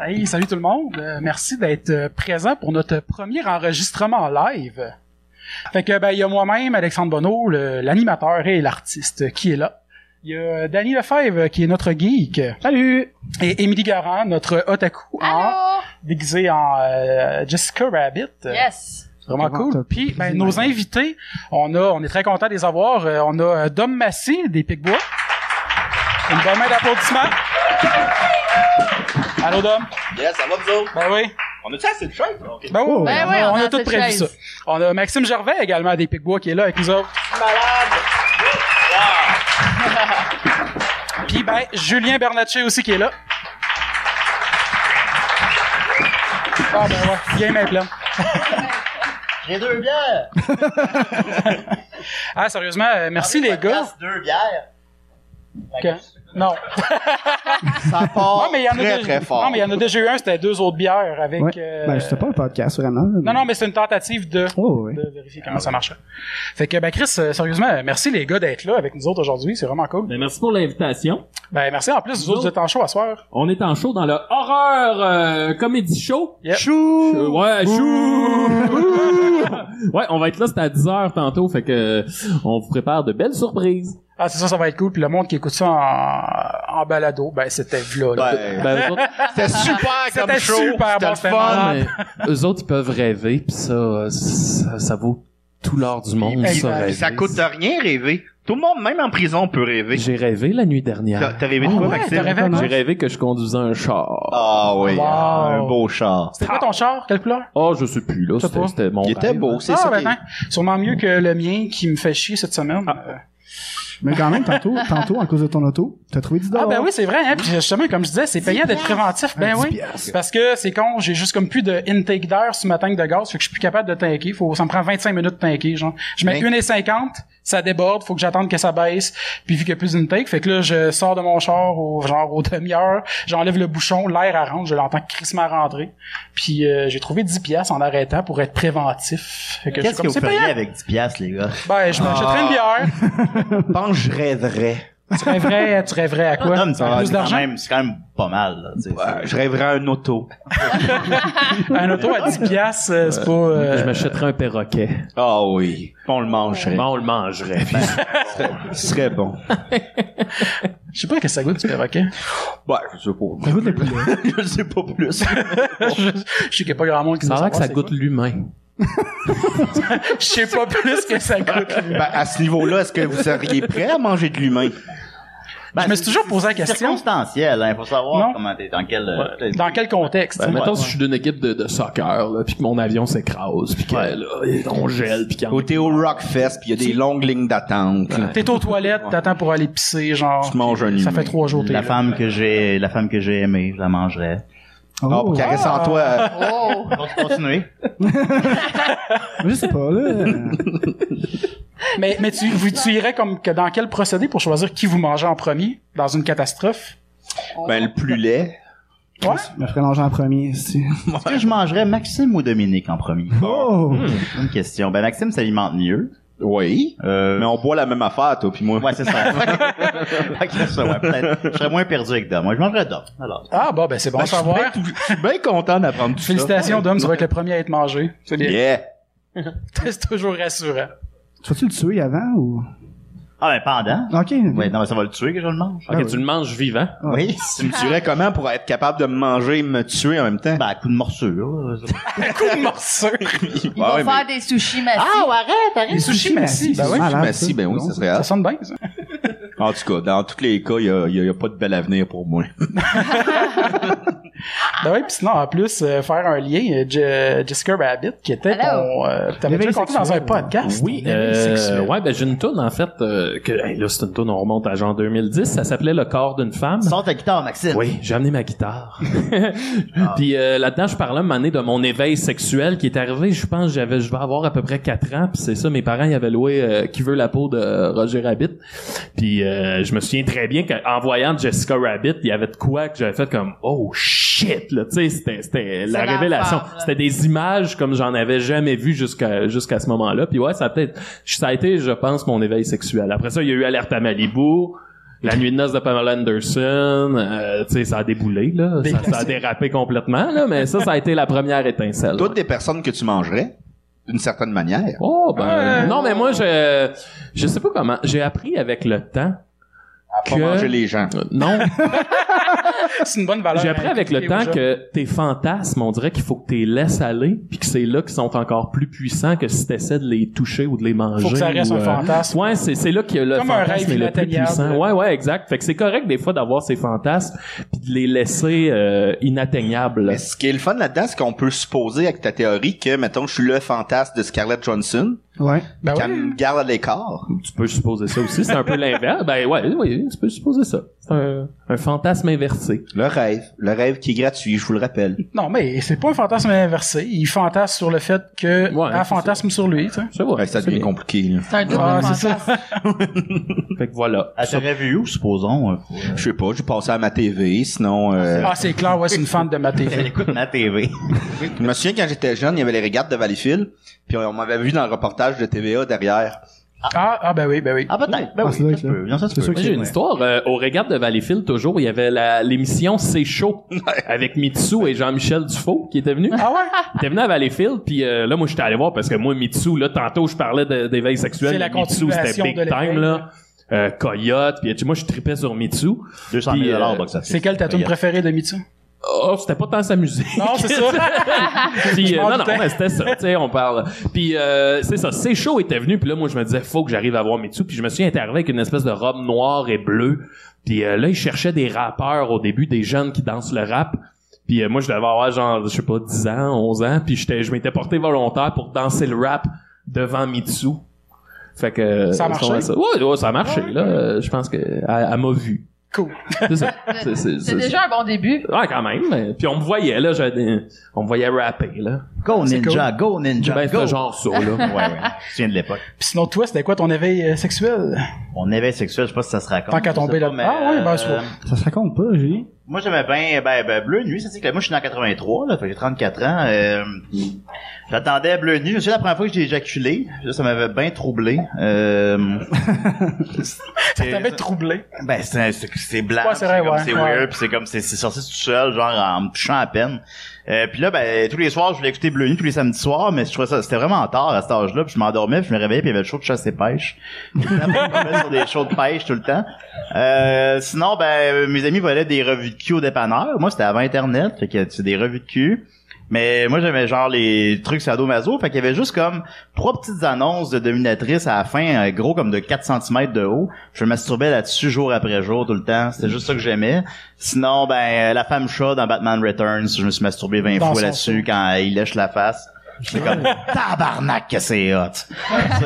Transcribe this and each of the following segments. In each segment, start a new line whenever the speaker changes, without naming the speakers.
Hey, salut tout le monde. Euh, merci d'être présent pour notre premier enregistrement en live. Fait que ben il y a moi-même Alexandre Bonneau, le- l'animateur et l'artiste qui est là. Il y a euh, Danny Lefebvre qui est notre geek
Salut!
et Émilie Garand, notre otaku en,
Allô?
déguisée en euh, Jessica Rabbit. Euh,
Yes.
Vraiment
Comment t'as
cool. Puis
pu
ben,
dire
nos
ça?
invités, on a on est très content de les avoir. Euh, on a euh, Dom Massy des Picbois. Une bonne main d'applaudissements. Allô Dom.
Yes, ça va vous autres?
Ben oui.
On a-tu assez de choses? là? Ok.
Ben oui,
Oh.
oui,
Ben
on,
oui,
a-
on
on a
a
tout
cette
prévu ça.
chaise.
On a Maxime Gervais également des Picbois qui est là avec nous autres. Puis ben Julien Bernatchez aussi qui est là. Ah ben ouais, bien maintenant.
J'ai deux bières!
Ah sérieusement, euh, merci les gars.
Deux bières!
Que- Non.
Ça part
non, mais il y en a
très
déjà-
très fort.
Non, mais il y en a déjà eu un, c'était deux autres bières avec.
Ouais.
euh,
Ben, c'était pas un podcast, vraiment.
Non, non, mais c'est une tentative de,
Oh, oui.
de vérifier comment ça marchait. Fait que, ben, Chris, euh, sérieusement, euh, merci les gars d'être là avec nous autres aujourd'hui, c'est vraiment cool.
Ben, merci pour l'invitation.
Ben, merci en plus,
Nous
vous autres, vous êtes en show à soir.
On est en show dans le horreur euh, comedy show.
Yep.
Chou!
Euh, ouais, chou! ouais, on va être là, c'est à 10h tantôt, fait que euh, on vous prépare de belles surprises.
Ah, c'est ça, ça va être cool. Puis le monde qui écoute ça en, en balado, ben, c'était v'là, là.
Ben,
Ben, eux autres,
c'était super
C'était
comme show!
super
C'était
bon,
le
c'était
fun!
malade.
Ah, mais eux autres, ils peuvent rêver, puis ça, euh, ça, ça vaut tout l'or du monde,
Exact.
ça,
Puis
rêver.
Ça coûte euh, rien rêver. Tout le monde, même en prison, peut rêver.
J'ai rêvé la nuit
T'as
dernière.
t'as rêvé de quoi,
Oh, ouais,
Maxime?
t'as rêvé à quoi?
J'ai rêvé que je conduisais un char.
Ah oui,
Wow.
un beau char.
C'était quoi ton char? Quelle couleur?
Ah,
Oh, je sais plus, là,
Je sais
c'était
pas.
c'était mon
Il était
rêve.
hein.
beau, c'est
Ah,
ça.
ben,
qui-
non. Sûrement mieux que le mien qui me fait chier cette semaine. Euh,
Ah.
Mais quand même, tantôt, tantôt, à cause de ton auto, t'as trouvé 10
Ah ben oui, c'est vrai. Hein? Puis justement, comme je disais, c'est payant d'être préventif. Ben
Un
oui.
10 piastres.
Parce que c'est con, j'ai juste comme plus de intake d'air sur ma tank de gaz, fait que je suis plus capable de tanker. Faut, ça me prend 25 minutes de tanker, genre. Je mets
Ben.
1,50, ça déborde, faut que j'attende que ça baisse. Puis vu qu'il y a plus d'intake, fait que là, je sors de mon char au genre aux demi-heures, j'enlève le bouchon, l'air elle rentre, je l'entends crissement rentrer. Puis euh, j'ai trouvé 10 piastres en arrêtant pour être préventif. Fait que je suis
Qu'est-ce que
comme,
vous
c'est
feriez Ah.
payant.
avec 10 piastres, les gars?
Ben, je m'achèterais une bière.
Je pense que je rêverais.
tu rêverais, tu rêverais à quoi?
Non, mais c'est
ah,
plus
quand,
d'argent?
même- c'est quand même pas mal. Là, tu sais,
Ouais,
c'est-
je rêverais à un auto.
Un auto à 10 piastres, euh, c'est pas... euh,
Je m'achèterais un perroquet.
Ah oui. On le mangerait.
Bon, on le mangerait.
Ce serait bon.
Je sais pas que ça goûte du perroquet.
Ouais, je sais pas.
Ça goûte les poulets.
je sais pas plus.
je, je sais qu'il y a pas grand monde qui
ça a
doit
l'air que ça
savoir
goûte l'humain.
c'est quoi. Je sais pas plus que ça goûte.
Ben, à ce niveau-là, est-ce que vous seriez prêt à manger de l'humain?
Ben,
je me
c'est-
suis toujours posé la
c'est
question.
circonstanciel, hein. Faut savoir
Non.
comment t'es, dans quel... euh, t'es-
Dans quel contexte? tu sais.
Ben, Mettons, si je suis d'une équipe de, de soccer, là, puis que mon avion s'écrase, puis que là, on gèle, puis qu'on...
Ou t'es au Rockfest, puis il y a des longues lignes d'attente. là.
T'es aux toilettes, t'attends pour aller pisser, genre.
Tu manges un
Ah. Ça
humain.
fait trois jours que t'es
La
là.
femme que j'ai, la femme que j'ai aimée, je la mangerais.
Oh,
Ah, pour caresser en toi. euh,
Oh.
Continuez.
Je sais pas, là.
Mais, mais tu, vous- tu irais comme que dans quel procédé pour choisir qui vous mangez en premier dans une catastrophe?
Ben, le plus laid.
Ouais?
Je me ferais manger en premier, si.
Est-ce que je mangerais Maxime ou Dominique en premier?
Oh!
Bonne question. Ben, Maxime s'alimente mieux.
Oui.
Euh,
Mais on boit la même affaire, toi, puis moi.
Ouais, c'est ça. Fait que ça, ouais, peut-être. Je serais moins perdu avec Dom. Moi, je mangerais Dom. Alors.
Ah, bah, ben, c'est bon à
Ben, je suis
savoir.
bien- Je suis bien content d'apprendre tout ça.
Félicitations, Dom, tu vas être le premier à être mangé. C'est bien.
Yeah.
C'est toujours rassurant.
Tu vas-tu le tuer avant ou.
Ah, ben, pendant.
Ok.
Mm.
Ouais, non, mais ça va le tuer que je le mange.
Ah
Ok, tu le manges vivant.
Oui.
Tu me tuerais comment pour être capable de me manger et me tuer en même temps?
Ben, à coup de morsure. là.
Coup de morceau.
Ils
Ah
vont
ouais, mais-
Ben
faire des sushis massifs.
Les
sushis massifs, ben oui.
Ben, si, ben oui, ça serait
Ça
hâte.
sonne bien, ça.
En tout cas, dans tous les cas, il y a, il y a- il y a pas de bel avenir pour moi.
Ben oui, puis sinon, en plus, euh, faire un lien, euh, Je- Jessica Rabbit, qui était
Hello.
ton... euh, T'avais
L'éveil
déjà compté dans un
sexuel.
podcast.
Oui, euh, ouais, ben j'ai une toune en fait euh, que hey, là c'est une toune on remonte à genre 2010, ça s'appelait Le corps d'une femme.
Sors ta guitare, Maxime.
Oui, j'ai amené ma guitare. Puis euh, là-dedans, je parlais un moment donné de mon éveil sexuel qui est arrivé, je pense que j'avais je vais avoir à peu près 4 ans, puis c'est ça mes parents ils avaient loué euh, qui veut la peau de Roger Rabbit. Puis euh, je me souviens très bien qu'en voyant Jessica Rabbit, il y avait de quoi que j'avais fait comme oh shit là, tu sais, c'était c'était la
C'est la
révélation.
femme, là.
C'était des images comme j'en avais jamais vu jusqu'à jusqu'à ce moment-là. Puis ouais, ça a peut-être ça a été je pense mon éveil sexuel. Après ça, il y a eu Alerte à Malibu. La nuit de noces de Pamela Anderson, euh, tu sais, ça a déboulé, là. Ça, ça a dérapé complètement, là, mais ça, ça a été la première étincelle.
Toutes des personnes que tu mangerais, d'une certaine manière.
Oh, ben,
Ouais.
non, mais moi, je, je sais pas comment. J'ai appris avec le temps
À pas
que-
manger les gens.
Euh, non,
C'est une bonne valeur.
j'ai appris avec le temps que tes fantasmes, on dirait qu'il faut que t'es laisses aller, puis que c'est là qu'ils sont encore plus puissants que si t'essaies de les toucher ou de les manger.
Faut que ça reste
ou,
un
euh,
fantasme.
Ouais, c'est c'est là que le
Comme un
fantasme
rêve
est le plus
inatteignable.
puissant. Ouais, ouais, exact. Fait que c'est correct des fois d'avoir ces fantasmes puis de les laisser euh, inatteignables.
Mais ce qui est le fun là-dedans, c'est qu'on peut supposer avec ta théorie que, mettons, je suis le fantasme de Scarlett Johnson,
Ouais.
Ben
qu'elle
oui.
me garde à l'écart.
Tu peux supposer ça aussi, c'est un peu l'inverse. Ben ouais, oui, tu peux supposer ça. C'est un, un fantasme inversé.
Le rêve. Le rêve qui est gratuit, je vous le rappelle.
Non, mais c'est pas un fantasme inversé. Il fantasme sur le fait que.
Ouais,
elle
c'est
fantasme sur lui, tu sais.
C'est vrai.
Ouais, ça devient compliqué, là.
C'est un double
Ah, c'est
fantasme.
Fait que voilà.
Elle t'aurait vu où, supposons? euh, pour, euh,
Je sais pas, j'ai passé à ma TV, sinon... euh,
Ah, c'est clair, ouais, c'est une fan de ma
Elle
TV.
écoute ma TV.
Je me souviens quand j'étais jeune, il y avait les regardes de Valleyfield, puis on m'avait vu dans le reportage de TVA derrière.
Ah, ah, ben oui, ben oui.
Ah, peut-être.
Ah,
Ben oui,
c'est vrai
ça
que
se
là.
peut. Non, ça se
C'est
peut.
sûr
Moi, j'ai une histoire. euh, au regard de Valleyfield, toujours, il y avait la- l'émission C'est chaud avec Mitsu et Jean-Michel Dufault qui était venu.
Ah ouais?
T'es venu à Valleyfield, puis euh, là, moi, j'étais allé voir parce que moi, Mitsu, là, tantôt, je parlais de- d'éveil sexuel.
C'est la
mais Mitsu, c'était
continuation
big
de l'éveil.
time, là. Euh, Coyote, puis tu- moi, je tripais sur Mitsu.
200 000
Puis, euh,
box office.
C'est quelle ta tune
Regarde.
préférée de Mitsu?
Oh, c'était pas tant sa musique.
Non, c'est ça.
Puis,
Je m'en
euh, non, non,
doutais.
mais c'était ça, tu sais, on parle. Puis euh, c'est ça, c'est chaud était venu, puis là, moi, je me disais, faut que j'arrive à voir Mitsu, puis je me suis arrivé avec une espèce de robe noire et bleue. Puis euh, là, il cherchait des rappeurs au début, des jeunes qui dansent le rap. Puis euh, moi, je devais avoir genre, je sais pas, 10 ans, 11 ans, puis j'étais, je m'étais porté volontaire pour danser le rap devant Mitsu. Fait que
Ça a marché?
Ça, ouais, ouais, ça a marché là. Euh, Je pense que elle, elle m'a vu.
Cool.
C'est ça. C'est- c'est-
C'est
c'est-
déjà un bon début.
Ouais, quand même. mais- Puis on me voyait là, j'avais des- on me voyait rapper là.
Go
C'est
Ninja, go Ninja,
Ben,
go!
c'est genre ça, là.
Ouais, ouais. Je viens de l'époque.
Pis sinon, toi, c'était quoi ton éveil euh, sexuel?
On éveil sexuel, je sais pas si ça se raconte.
Tant qu'à
je sais
tomber
pas,
là-
mais,
Ah ouais, ben,
euh,
c'est vrai.
Ça se raconte pas, Julie.
Moi, j'aimais bien, ben, ben, Bleu Nuit, ça c'est que moi, je suis né en 83, là, fait que j'ai 34 ans, euh, j'attendais Bleu Nuit, je me souviens la première fois que j'ai éjaculé, là, ça m'avait bien troublé, euh,
Ça t'avait troublé.
ben, c'est, c'est, c'est blanc,
Ouais, c'est
c'est,
vrai,
comme,
ouais.
c'est
Ouais.
weird, puis c'est comme, c'est, c'est sorti tout seul, genre, en me touchant à peine, euh, puis là, ben, tous les soirs, je voulais écouter Bleu Nuit, tous les samedis soirs, mais je trouvais ça, c'était vraiment tard à cet âge-là, puis je m'endormais, puis je me réveillais, puis il y avait le show de chasse et pêche, Tout le temps, je me mettais sur des shows de pêche tout le temps, euh, sinon, ben, mes amis volaient des revues de cul au dépanneur. Moi, c'était avant Internet, fait que c'est des revues de cul. Mais moi, j'aimais genre les trucs sadomaso. Fait qu'il y avait juste comme trois petites annonces de dominatrices à la fin, euh, gros comme de 4 cm de haut. Je me masturbais là-dessus jour après jour, tout le temps. C'était juste ça que j'aimais. Sinon, ben, euh, la femme chat dans Batman Returns, je me suis masturbé 20
Dans
fois
son
là-dessus quand il lèche la face. J'étais comme, tabarnak que c'est hot! ça,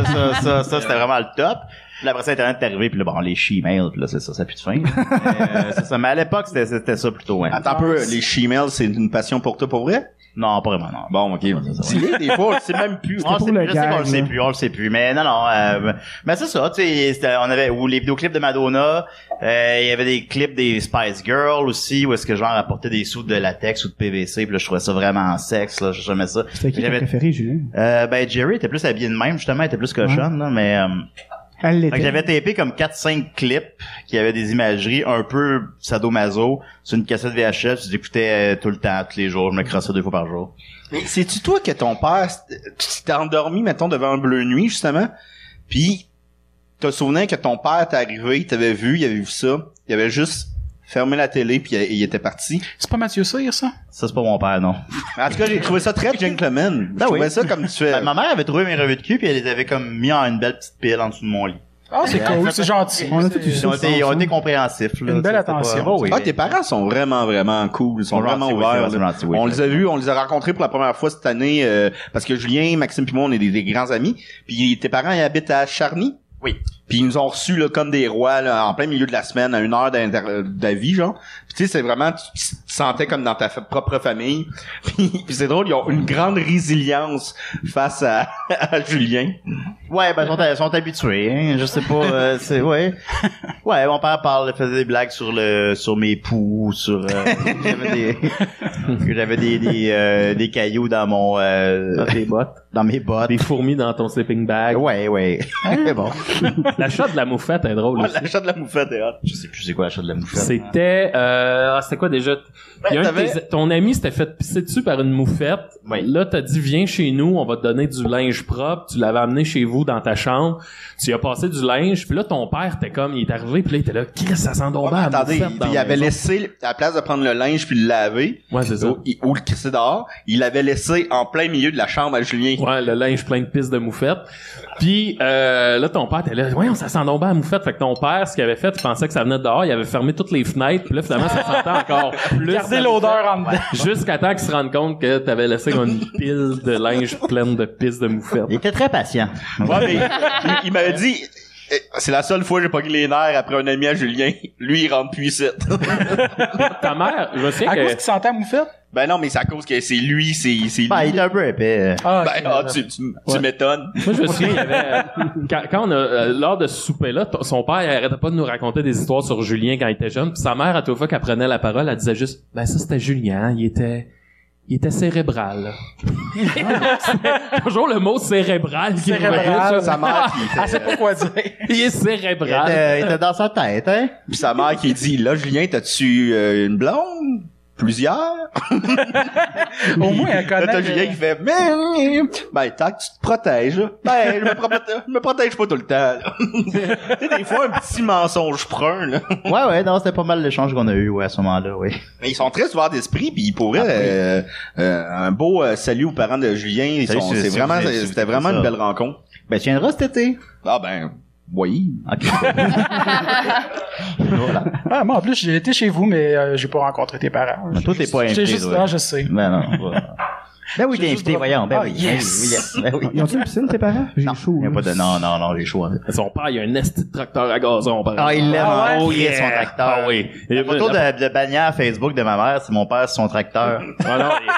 ça, ça, ça, c'était vraiment le top. Puis là, après ça, Internet est arrivé, puis là, bon, les she-mails, puis là, c'est ça, ça a plus de fin. Mais, euh, c'est ça. Mais à l'époque, c'était, c'était ça plutôt, hein.
Attends un peu, les chimelles, Ah, c'est une passion pour toi, pour vrai?
Non, pas vraiment, non.
Bon, ok. C'est laid, des fois, on le sait même plus.
On
pour
sait
le
plus, je sais qu'on
gag,
le sait
là.
plus, on le sait plus. Mais non, non. euh, mais c'est ça, tu sais, c'était- on avait ou les vidéoclips de Madonna, euh, il y avait des clips des Spice Girls aussi, où est-ce que genre apportait des sous de latex ou de PVC, puis là je trouvais ça vraiment sexe, là, j'aimais ça.
C'était qui ta
J'avais-
préférée, Julie?
Euh, ben Jerry était plus habillé de même, justement, elle était plus cochonne, là, mais. euh,
Elle
Fait que
l'était.
j'avais tapé comme 4-5 clips qui avaient des imageries un peu sadomaso sur une cassette VHS. Je l'écoutais euh, tout le temps, tous les jours. Je me crossais deux fois par jour.
Mais c'est-tu toi que ton père, c't- tu t'es endormi, mettons, devant un bleu nuit, justement, puis t'as souvenir que ton père t'est arrivé, il t'avait vu, il avait vu ça, il avait juste fermé la télé, puis il, il était parti.
C'est pas Mathieu Cyr, ça?
Ça, c'est pas mon père, non.
En tout cas, j'ai trouvé ça très gentleman. Je
Ah oui.
trouvais ça comme tu fais.
Ben, ma mère avait trouvé mes revues de cul puis elle les avait comme mis en une belle petite pile en dessous de mon lit.
Ah, c'est
Ouais.
cool, c'est gentil.
On a tout eu
Ils
ça.
ont été, ils ont été compréhensifs. là.
Une belle
C'était pas-
attention.
Oh, oui.
Ah, tes parents sont vraiment, vraiment cool. Ils sont
Ils sont
vraiment
gentils, oui,
ouverts.
ils sont
là.
gentils, oui.
on les a vus, on les a rencontrés pour la première fois cette année, euh, parce que Julien, Maxime puis moi, on est des, des grands amis. Puis tes parents, ils habitent à Charny.
Oui.
Puis ils nous ont reçus là, comme des rois, là, en plein milieu de la semaine, à une heure d'inter- euh, d'avis, genre. Puis tu sais, c'est vraiment, tu, tu te sentais comme dans ta fa- propre famille. Puis, puis c'est drôle, ils ont une grande résilience face à, à Julien.
Ouais, ben, sont, sont habitués, hein. Je sais pas, euh, c'est, ouais. Ouais, mon père parle, faisait des blagues sur le, sur mes poux, sur, euh, que j'avais des, que j'avais des, des, euh, des cailloux dans mon, euh,
Des bottes.
dans mes bottes.
Des fourmis dans ton sleeping bag.
Ouais, ouais. Mais bon.
La shot de la moufette est drôle aussi.
l'achat de la moufette est hot. Je sais plus c'est quoi l'achat de la moufette.
C'était, euh, ah, c'était quoi déjà? Il y a un de
t'avais-
tes- ton ami s'était fait pisser dessus par une moufette.
Oui.
Là, t'as dit, viens chez nous, on va te donner du linge propre. Tu l'avais amené chez vous dans ta chambre. Tu y as passé du linge. Puis là, ton père, t'es comme, il est arrivé. Puis là, il était là, Chris, ça sent donc
Ouais, mais
bien la
attendez,
moufette
il,
dans
il
la
avait
maison.
laissé, le- à la place de prendre le linge puis le laver,
Ouais, c'est ça.
ou, il- ou le crisser dehors, il l'avait laissé en plein milieu de la chambre à Julien.
Ouais, le linge plein de pistes de moufette. Puis euh, là, ton père était là, voyons, ça sent donc bien la moufette. Fait que ton père, ce qu'il avait fait, il pensait que ça venait de dehors, il avait fermé toutes les fenêtres, puis là, finalement, ça sentait encore plus.
Gardez
la
l'odeur en dedans.
moufette. Jusqu'à temps qu'il se rende compte que t'avais laissé comme une pile de linge pleine de pistes de moufette.
Il était très patient.
Ouais, mais il, il m'avait dit, eh, c'est la seule fois que j'ai pogné les nerfs après un ami à Julien. Lui, il rentre puissant.
Ta mère, je me souviens
À cause
que...
qu'il sentait à moufette?
ben non, mais c'est à cause que c'est lui, c'est, c'est lui.
Ben, il était un peu épais.
Ah,
Ben,
ok.
ah, tu, tu, tu
Ouais.
m'étonnes.
Moi, je me souviens, il y avait, euh, quand, quand on a, euh, lors de ce souper-là, ton- son père, il arrêtait pas de nous raconter des histoires sur Julien quand il était jeune. Puis sa mère, à toute fois qu'elle prenait la parole, elle disait juste, ben ça, c'était Julien, il était, il était cérébral. C'était toujours le mot cérébral qui
Ben,
revenait
Cérébral.
sur-
Sa mère qui
Ah,
Elle sait pas quoi dire.
Il est
Il
cérébral.
était, il était dans sa tête, hein?
Puis sa mère qui dit, là, Julien, t'as-tu euh, une blonde? Plusieurs?
Au moins, elle
Là,
connaît.
t'as
le-
Julien qui fait, mais, ben, tant que tu te protèges, là. ben, je me, promets- je me protège pas tout le temps, là. tu sais, des fois, un petit mensonge prun, là.
Ouais, ouais, non, c'était pas mal l'échange qu'on a eu, ouais, à ce moment-là, oui.
Mais ils sont très ouverts d'esprit, puis ils pourraient euh, euh, un beau euh, salut aux parents de Julien. Ils
Salut,
sont-
si-
c'est
si
vraiment,
vous avez- si vous
c'était
avez
vraiment
ça.
une belle rencontre.
Ben, tu viendras cet été.
Ah ben, oui.
Ok.
Ah, moi, en plus, j'ai été chez vous, mais euh, j'ai pas rencontré tes parents.
Mais toi, t'es pas invité,
J'ai juste,
toi.
ah, je sais.
Ben, non. va. Ben oui,
J'ai
t'es
juste
invité,
droppé-
voyons. Ben
Ah,
oui.
yes.
Ben oui.
Ils ont-tu une piscine, tes parents? J'ai
Non,
chaud.
y a
là.
pas de, non, non, non, j'ai choix.
Son père, il a un esti de tracteur à gazon, par
Ah, il l'aime
Ah ouais?
en crise, son tracteur.
Ah oui.
La photo de, de bannière Facebook de ma mère, c'est mon père, sur son tracteur.
Ah non, il,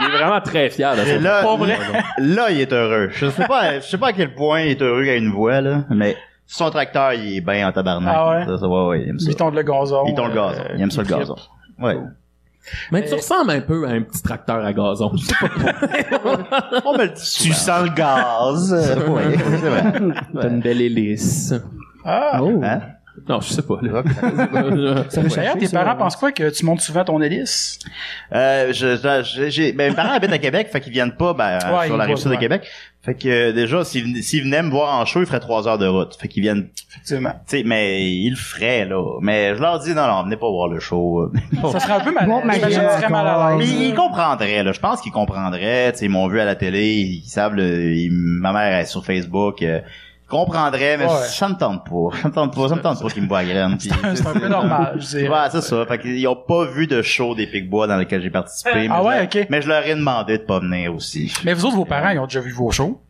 il est vraiment très fier de
Et
son
là,
Pas vrai.
là, il est heureux. Je sais pas, je sais pas à quel point il est heureux a une voix, là, mais son tracteur, il est bien en tabarnak.
Ah ouais?
Ça, ça, ouais, ouais, il aime ça.
Ils tombent le gazon.
Il tombe le
euh,
gazon. Il aime ça le
trippe.
gazon. Ouais.
Mais tu ressembles un peu à un petit tracteur à gazon.
On me le dit
Tu sens le gaz.
Ouais, c'est vrai.
T'as une belle hélice.
Ah.
Oh.
Hein?
Non, je sais pas. Là.
Ça va
D'ailleurs,
chercher,
tes
ça,
parents
ouais.
pensent quoi que tu montes souvent ton hélice?
Euh, je, je- je- j'ai, ben, mes parents habitent à Québec, fait qu'ils viennent pas, ben, euh,
Ouais,
sur
ils
la rive
vont,
sud de
ouais.
Québec. Fait que, euh, déjà, s'ils, ven- s'ils venaient me voir en show, ils feraient trois heures de route. Fait qu'ils viennent, tu
Effectivement.
sais, mais ils le feraient, là. Mais je leur dis, non, non, venez pas voir le show.
Ça serait un peu mal.
Bon, ben,
J'imagine que
Marie,
tu serais mal à
Mais
l'aise.
ils comprendraient, là. Je pense qu'ils comprendraient. Tu sais, ils m'ont vu à la télé, ils savent, le- ils- ma mère est sur Facebook. euh, ils comprendraient, mais
Ouais.
ça me tente pas. Ça me tente pas, ça me tente pas qu'ils me voient à graine. puis-
C'est un peu normal, je
Ouais,
dirais.
c'est ça. Fait qu'ils ont pas vu de show des Pic-Bois dans lequel j'ai participé.
Ah
mais
ouais,
je leur-
ok.
Mais je leur ai demandé de pas venir aussi.
Mais vous autres, vos parents, ils ont déjà vu vos shows.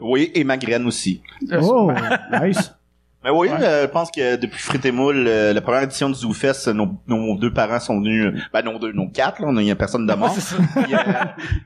Oui, et ma graine aussi.
Euh,
Oh, nice.
Mais oui, euh, je pense que depuis Frites et Moules, euh, la première édition du ZooFest, euh, nos, nos deux parents sont venus, euh, ben non deux, non quatre, là, on a- il y a personne de mort.
c'est ça.
Puis, euh,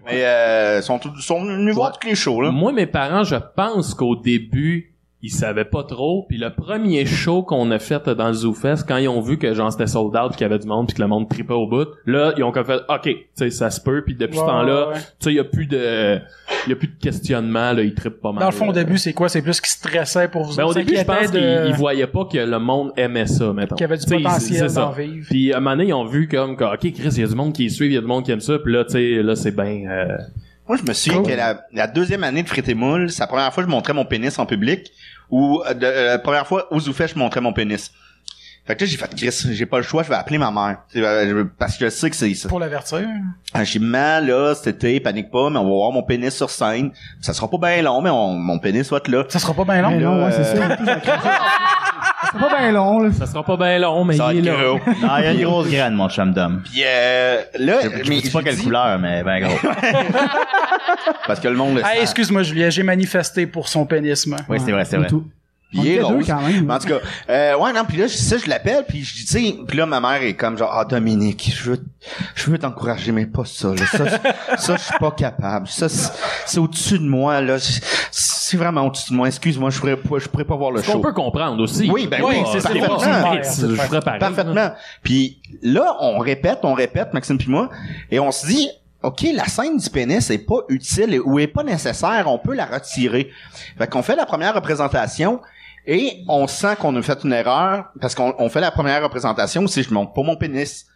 mais euh, sont, tous- sont venus voir
Ouais.
toutes les shows, là.
Moi, mes parents, je pense qu'au début, ils savaient pas trop. Puis le premier show qu'on a fait dans le ZooFest, quand ils ont vu que genre c'était sold out, puis qu'il y avait du monde, puis que le monde tripait au bout, là, ils ont comme fait, ok, tu sais, ça se peut. Puis depuis ce
Ouais,
temps-là,
ouais, ouais.
tu sais, il y a plus de, il y a plus de questionnement. Là, ils trippent pas mal.
Dans le fond, au
là.
début, c'est quoi? C'est plus qu'ils stressaient pour vous
Ben, au début, je
s'inquiétaient
pense
de-
qu'ils ils voyaient pas que le monde aimait ça, mettons.
qu'il y avait du
Tu sais, ils-
potentiel
c'est ça.
d'en vivre.
Puis à un moment donné, ils ont vu comme, que, ok, Chris, il y a du monde qui les suit, il y a du monde qui aime ça. Puis là, tu sais, là, c'est bien. euh,
Moi, je me souviens
Cool.
que la, la deuxième année de Frites et Moules, c'est la première fois que je montrais mon pénis en public, ou euh, de- euh, la première fois où Zoufet, je montrais mon pénis. Fait que là, j'ai fait, Chris, j'ai pas le choix, je vais appeler ma mère. Tu sais, euh, je- Parce que je sais que c'est ça.
Pour l'avertir.
Ah, J'ai mal, là, cet été, panique pas, mais on va voir mon pénis sur scène. Ça sera pas bien long, mais on- mon pénis va être là.
Ça sera pas bien long.
Mais non, ouais,
euh,
c'est ça. En plus, j'ai craché. C'est pas bien long, là.
ça sera pas bien long, mais
Ça va
il est
être
là.
gros.
Non, il y a une grosse graine, mon chum d'homme.
Puis euh, là,
Je
mais
ne sais pas
j'ai
quelle
dit-
couleur, mais ben gros.
Parce que le monde le
Ah,
sait.
excuse-moi, Julien, j'ai manifesté pour son pénisme.
Oui, c'est vrai, c'est vrai.
Tout. On
Il est
était deux
rose.
quand même.
Mais en tout cas, euh, ouais, non, puis là, je- ça, je l'appelle, puis je dis, tu sais, puis là, ma mère est comme genre, ah, Dominique, je veux, je veux t'encourager, mais pas ça, là. Ça, c'est- ça, je suis pas capable. Ça, c'est c'est au-dessus de moi, là. C'est- c'est vraiment au-dessus de moi. Excuse-moi, je pourrais, pas- je pourrais pas voir le
Ce qu'on
show.
peut comprendre aussi.
Oui, ben
oui,
Ah,
c'est- c'est
pas
parfaitement.
une crise, Je ferais pareil.
Parfaitement. Puis là, on répète, on répète, Maxime puis moi, et on se dit, OK, la scène du pénis est pas utile et- ou est pas nécessaire, on peut la retirer. Fait qu'on fait la première représentation et on sent qu'on a fait une erreur parce qu'on on fait la première représentation si je monte pas mon pénis.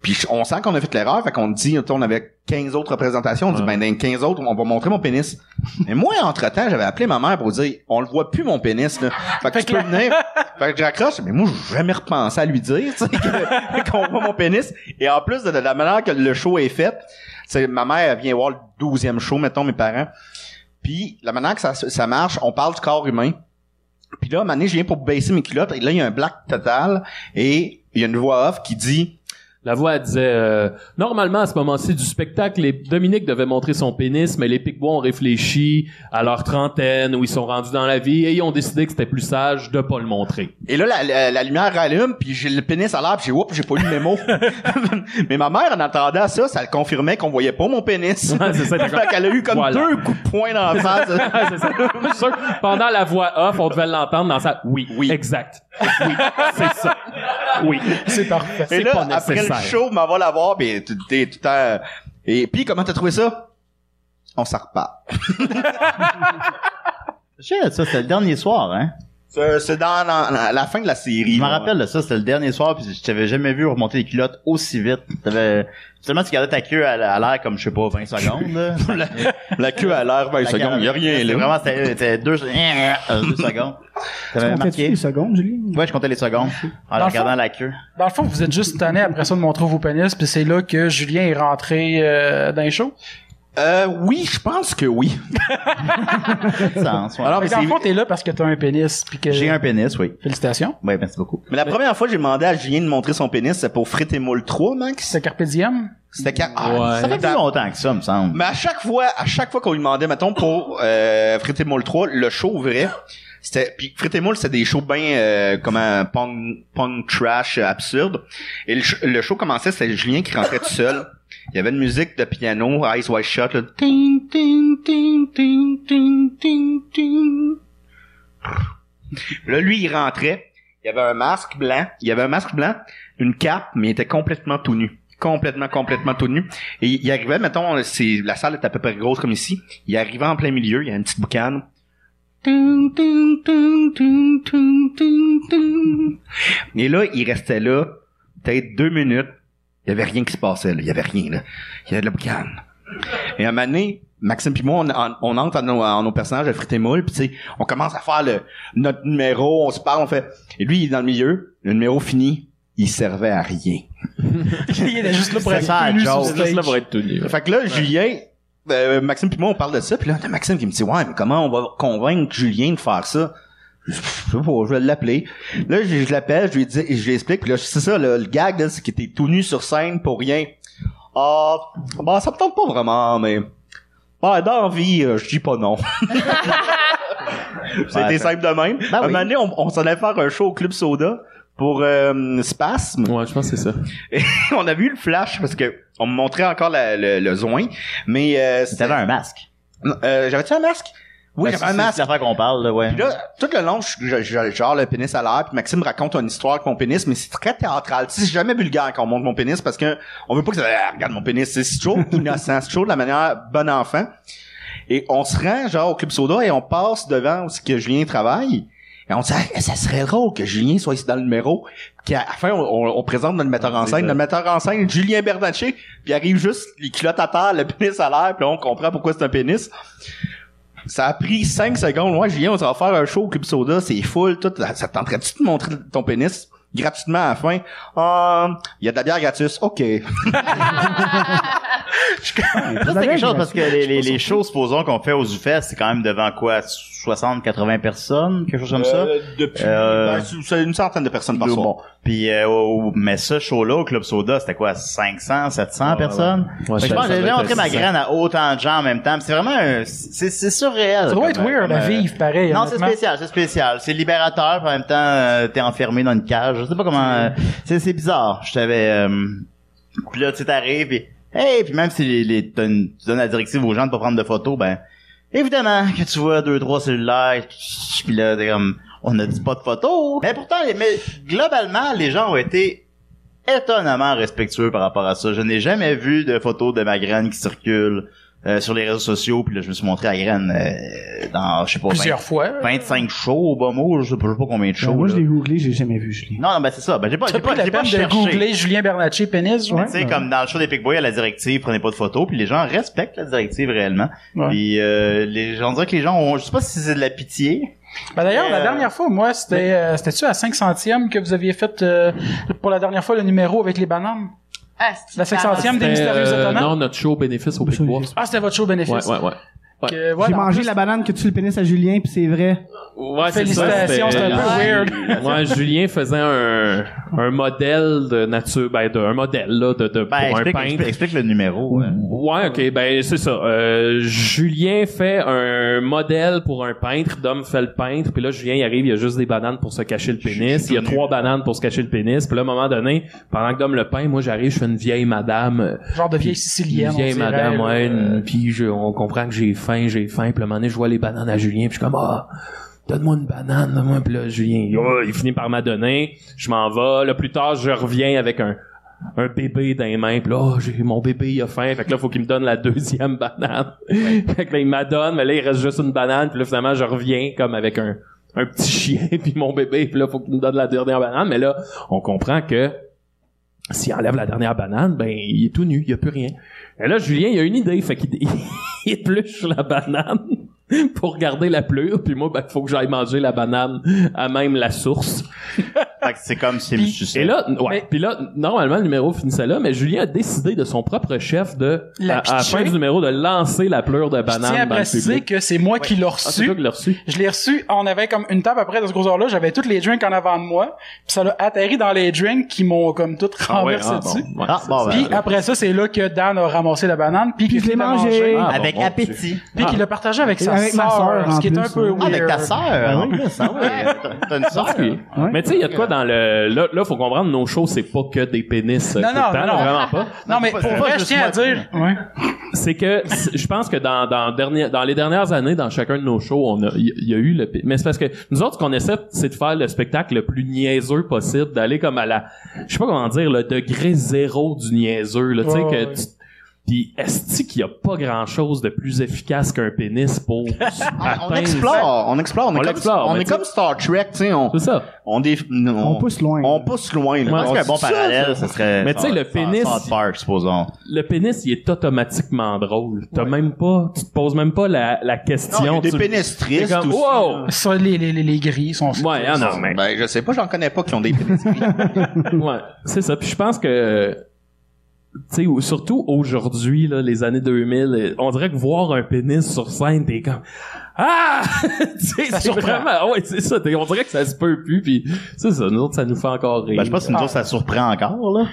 Puis je- on sent qu'on a fait l'erreur, fait qu'on dit, on avait 15 autres représentations, on dit, ben, dans les 15 autres, on va montrer mon pénis. Mais moi, entre-temps, j'avais appelé ma mère pour dire, on le voit plus, mon pénis, là. Fait que tu peux venir. Fait que j'accroche, mais moi, j'ai jamais repensé à lui dire, tu sais, que- qu'on voit mon pénis. Et en plus de de la manière que le show est fait, tu sais, ma mère elle vient voir le 12e show, mettons, mes parents. Puis, la manière que ça, ça marche, on parle du corps humain. Puis là, à un moment donné, je viens pour baisser mes culottes, et là, il y a un black total, et il y a une voix off qui dit,
La voix elle disait euh, normalement à ce moment-ci du spectacle, les... Dominique devait montrer son pénis, mais les Picbois ont réfléchi à leur trentaine où ils sont rendus dans la vie et ils ont décidé que c'était plus sage de pas le montrer.
Et là, la, la- la lumière rallume, puis j'ai le pénis à l'air, puis j'ai oups, j'ai pas eu le mémo. Mais ma mère, en attendant ça, ça confirmait qu'on voyait pas mon pénis.
Ouais, Ah, c'est ça, d'accord.
fait qu'elle a eu comme
Voilà.
deux coups de poing dans la face.
Ah, c'est ça. Je suis sûr que pendant la voix off, on devait l'entendre dans sa oui,
Oui.
exact. Oui, c'est ça. Oui.
C'est parfait.
Et
C'est
là,
pas
après le
nécessaire.
show, maman va la voir, pis t'es t'es tout le temps... Et puis, comment t'as trouvé ça? On s'en repart.
Shit, ça, c'était le dernier soir, hein.
C'est c'est dans la, la- la fin de la série.
Je me
là.
rappelle de ça, c'était le dernier soir, puis je t'avais jamais vu remonter les culottes aussi vite. T'avais... Seulement, tu gardais ta queue à, la- à l'air comme, je sais pas, 20 secondes, là.
La queue à l'air, 20 secondes, y a rien,
C'était
là.
Vraiment, c'était c'était deux, euh, deux secondes.
Tu
T'avais
comptais-tu
marqué.
les secondes, Julie?
Ouais, je comptais les secondes en
Dans le
regardant
fond-
la queue.
Dans le fond, vous êtes juste tanné après ça de montrer vos pénis, puis c'est là que Julien est rentré euh, dans les shows.
Euh, oui, je pense que oui.
Sens, ouais.
Alors,
Fait
mais
que dans le
c'est-
fond, t'es là parce que t'as un pénis, puis que...
J'ai un pénis, oui.
Félicitations.
Ouais, merci beaucoup.
Mais la première fois que j'ai demandé à Julien de montrer son pénis, c'est pour Frites et Moules 3, Max.
C'est Carpe Diem.
C'était quand? Ah,
Ça fait plus longtemps que ça, me semble.
Mais à chaque fois, à chaque fois qu'on lui demandait, mettons, pour euh, Frites et Moules 3, le show vrai, c'était... Puis Frites et Moules, c'était des shows bien, euh, comment, punk, punk trash, euh, absurde. Et le, sh- le show commençait, c'était Julien qui rentrait tout seul. Il y avait une musique de piano, Eyes Wide Shut, là. Ting, ting, ting, ting, ting, ting, ting. Là, lui, il rentrait. Il y avait un masque blanc. Il y avait un masque blanc, une cape, mais il était complètement tout nu. Complètement, complètement tout nu. Et il arrivait, mettons, c'est, la salle est à peu près grosse comme ici. Il arrivait en plein milieu, il y a une petite boucane. Ting, ting, ting, ting, ting, ting, ting. Et là, il restait là, peut-être deux minutes. Il y avait rien qui se passait, là. Il y avait rien, là. Il y avait de la boucane. Et à un moment donné, Maxime puis moi, on, on- on entre en nos, en nos personnages de frites et moules, puis tu sais, on commence à faire le, notre numéro, on se parle, on fait... Et lui, il est dans le milieu, le numéro fini, il servait à rien.
il était juste là pour
C'est
être
ça, la
nu sur
Oh.
joke.
stage.
Juste là pour être tout nu.
Fait que là, Julien, euh, Maxime puis moi, on parle de ça, puis là, t'as Maxime qui me dit, ouais, mais comment on va convaincre Julien de faire ça? Je je sais pas, je vais l'appeler. Là, je, je l'appelle, je lui dis, je lui explique, puis là, c'est ça, le, le gag, là, c'est qu'il était tout nu sur scène pour rien. Ah, bah, ça me tente pas vraiment, mais... Bah, dans la vie, euh, je dis pas non. C'était
Ouais,
simple de même.
Ben
un
oui.
moment donné, on, on s'en allait faire un show au Club Soda pour euh, Spasme.
Ouais, je pense que c'est ça.
on a vu le flash parce que on me montrait encore la- le, le zoin, mais euh, c'était
T'avais un masque. Ben,
euh, j'avais-tu un masque? Oui, j'avais un masque.
C'est l'affaire qu'on parle, là, ouais.
Puis là, tout le long, je, je- je- genre le pénis à l'air, puis Maxime raconte une histoire avec mon pénis, mais c'est très théâtral. Tu sais, c'est jamais vulgaire quand on montre mon pénis parce que on veut pas que ça Ah, regarde mon pénis. C'est c'est toujours innocent, c'est toujours de la manière bon enfant. Et on se rend genre au Club Soda et on passe devant où c'est que Julien travaille. Et on se dit, Ah, ça serait drôle que Julien soit ici dans le numéro. Puis à la fin, on, on- on présente notre metteur en
C'est
scène.
ça.
Notre metteur en scène, Julien Bernatchez. Puis il arrive juste les culottes à terre, le pénis à l'air. Puis là, on comprend pourquoi c'est un pénis. Ça a pris 5 secondes. Moi, Julien, on s'en va faire un show au Club Soda. C'est full. Tout, ça te tenterait-tu de montrer ton pénis gratuitement à la fin? Ah, Il y a de la bière gratuite. OK.
Ça, c'est quelque chose parce que les, les, les shows, supposons qu'on fait aux UFES, c'est quand même devant quoi? 60, 80 personnes? Quelque chose comme ça?
Euh, depuis,
Euh,
ben, c'est une centaine de personnes par
Deux,
soir.
bon. Puis, euh, au- mais ce show-là, au Club Soda, c'était quoi? 500, 700
ouais.
personnes?
Ouais,
Fait que je pense que
ça
j'ai jamais
doit être
montré ma
600.
graine à autant de gens en même temps. Puis C'est vraiment un, c'est, c'est surréel.
Ça doit
comme,
être
euh,
weird
comme,
à
euh,
vivre, pareil,
Non, c'est
honnêtement.
spécial, c'est spécial. C'est libérateur, puis en même temps, euh, t'es enfermé dans une cage. Je sais pas comment. euh, c'est, c'est bizarre. Je t'avais. Euh, puis là, tu sais, t'arrives, puis hey, puis même si les, les, t'as une- tu donnes la directive aux gens de pas prendre de photos, ben Évidemment que tu vois deux, trois cellulaires, puis là, t'es comme, on ne dit pas de photos. Mais pourtant, les- mais globalement, les gens ont été étonnamment respectueux par rapport à ça. Je n'ai jamais vu de photos de ma graine qui circulent euh, sur les réseaux sociaux, puis là, je me suis montré à la graine euh, dans, je sais pas,
Plusieurs fois.
20 25 shows au bas mot, je sais pas, je sais pas combien de shows.
Ben, moi, je
là.
l'ai googlé, j'ai jamais vu, je l'ai.
Non, non, ben c'est ça. Ben j'ai pas,
T'as
j'ai
pris
pas,
la
j'ai
peine
pas
de
cherché.
googler Julien Bernatchez pénis, genre?
Ouais.
Tu sais, comme dans le show des Pick Boys, à la directive, prenez pas de photos, puis les gens respectent la directive réellement.
Ouais.
Puis euh, les gens dirait que les gens ont, je sais pas si c'est de la pitié.
Ben d'ailleurs, la
Euh,
dernière fois, moi, c'était euh, c'était-tu à 5 centièmes que vous aviez fait euh, pour la dernière fois le numéro avec les bananes?
Ah, c'est
La 500e des
C'était,
mystérieux
euh,
étonnants?
Non, notre show au bénéfice au
Bah,
Big
ça,
Bois.
j'ai-
Ah, c'était votre show bénéfice.
Ouais, ouais, ouais.
Que, ouais,
j'ai
en
mangé
plus,
la banane que tu le pénis à Julien, puis c'est vrai.
Ouais,
Félicitations,
c'était-
c'est un peu
Ouais.
weird.
Ouais, Julien faisait un, un modèle de nature, ben, de, un modèle, là, de, de,
Ben,
pour un
explique,
peintre.
explique, explique le numéro. hein. ouais.
Ouais, ok, ben c'est ça. Euh, Julien fait un modèle pour un peintre, Dom fait le peintre, puis là Julien il arrive, il y a juste des bananes pour se cacher le pénis, il y a trois bananes pour se cacher le pénis, puis là à un moment donné, pendant que Dom le peint, moi j'arrive, je suis une vieille madame, euh,
Genre de vieille
Puis,
sicilienne.
une vieille
on dirait,
madame,
là. euh,
ouais, une- puis je- on comprend que j'ai faim, j'ai faim, puis à un moment donné, je vois les bananes à Julien, puis je suis comme ah. Donne-moi une banane, donne-moi. Puis là, Julien, il- oh, il finit par m'en donner. Je m'en vais. Là, plus tard, je reviens avec un, un bébé dans les mains. Puis là, oh, j'ai mon bébé, il a faim. Fait que là, faut qu'il me donne la deuxième banane. fait que là, il m'a donne, mais là, il reste juste une banane. Puis là, finalement, je reviens comme avec un, un petit chien, puis mon bébé. Puis là, faut qu'il me donne la dernière banane. Mais là, on comprend que s'il enlève la dernière banane, ben, il est tout nu. Il y a plus rien. Et là, Julien, il a une idée. Fait qu'il il épluche la banane pour garder la pleure. Puis moi, ben, faut que j'aille manger la banane à même la source.
Fait que c'est comme si
Puis-
c'est-
Et là, ouais.
Mais-
Puis là, normalement, le numéro finissait là, mais Julien a décidé de son propre chef de,
La
à, à la
pitcher.
fin du numéro, de lancer la pleure de
Je
banane
tiens à
dans le
préciser
public.
que c'est moi qui l'ai
Ah, c'est
reçu.
toi qui l'as reçu.
Je l'ai reçu, on avait comme une table après de ce gros là j'avais toutes les drinks en avant de moi, puis ça l'a atterri dans les drinks qui m'ont comme toutes renversé dessus.
Ouais,
Ah,
c'est-
bon,
Puis
ben,
après ça, c'est là que Dan a ramassé la banane, puis
Puis
qu'il
je l'ai
l'a
mangé.
Ah, bon,
avec
bon,
appétit.
puis qu'il l'a partagé avec sa
Avec ma
sœur,
sœur,
ce
en
qui est un
plus, hein.
peu
ouais.
weird.
Ah, avec ta sœur, en
oui.
plus, ah ouais. T'as- T'as une sœur.
particulier.
Ouais.
Mais tu sais, il y a de quoi dans le... Là, là, faut comprendre, nos shows, c'est pas que des pénis. euh,
Non,
tout le
non,
temps,
non.
Vraiment pas.
Non, mais
Pas-
pour
pas
vrai, je
juste
tiens à
moi.
dire... Ouais.
c'est que c'est- je pense que dans dans dernier- dans les dernières années dans chacun de nos shows on a il y, a eu le pi- mais c'est parce que nous autres ce qu'on essaie c'est de faire le spectacle le plus niaiseux possible d'aller comme à la je sais pas comment dire le degré zéro du niaiseux là tu sais
Ouais,
que
ouais.
tu- puis est-ce qu'il y a pas grand chose de plus efficace qu'un pénis pour
Ah, On
atteindre-
explore, on explore, on
On
est
l'explore,
comme, on
mais
est
tu sais-
comme Star Trek, tu sais, on,
c'est ça
on, dé-
On pousse loin.
On pousse loin. Là.
Ouais.
Je pense qu'un bon
Ça,
parallèle, ça serait.
Mais tu sais, le
South-
pénis-
South Park, supposons.
le pénis il est automatiquement drôle t'as même pas tu te poses même pas la, la question
Non, il y a des
Tu-
pénis
t'es
tristes
comme,
aussi.
wow
Ça, les, les, les, les grilles sont...
ouais ah non mais
Ben, je sais pas, j'en connais pas qui ont des pénis.
Ouais, c'est ça. Puis je pense que, tu sais, ou- surtout aujourd'hui, là, les années 2000, euh, on dirait que voir un pénis sur scène, t'es comme, ah! Tu sais, c'est
surprend.
vraiment, ouais, c'est ça. T'es- On dirait que ça se peut plus. Puis c'est ça. Nous autres, ça nous fait encore rire.
ben, je sais pas si nous autres, ça surprend encore, là.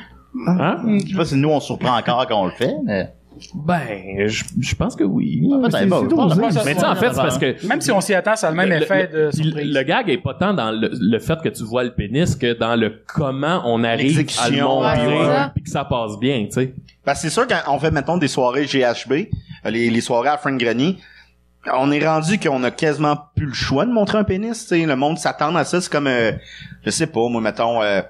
Hein?
Je sais pas si nous, on surprend encore quand on le fait, mais.
Ben, je je pense que oui.
Peut-être
c'est-
pas,
c'est
je pense
dosé.
pas.
Ça,
Mais tu sais, en fait, c'est parce que
Même si on s'y attend, ça a le même
Le-
effet
le-
de surprise.
le gag est pas tant dans le, le fait que tu vois le pénis que dans le comment on arrive à le
L'exécution,
ouais, c'est
montrer
ça.
puis que ça passe bien, tu sais.
Parce que c'est sûr, quand on fait, mettons, des soirées GHB, euh, les, les soirées à Frank Grenier, on est rendu qu'on a quasiment plus le choix de montrer un pénis. tu sais. Le monde s'attend à ça. C'est comme, euh, je sais pas, moi, mettons, euh,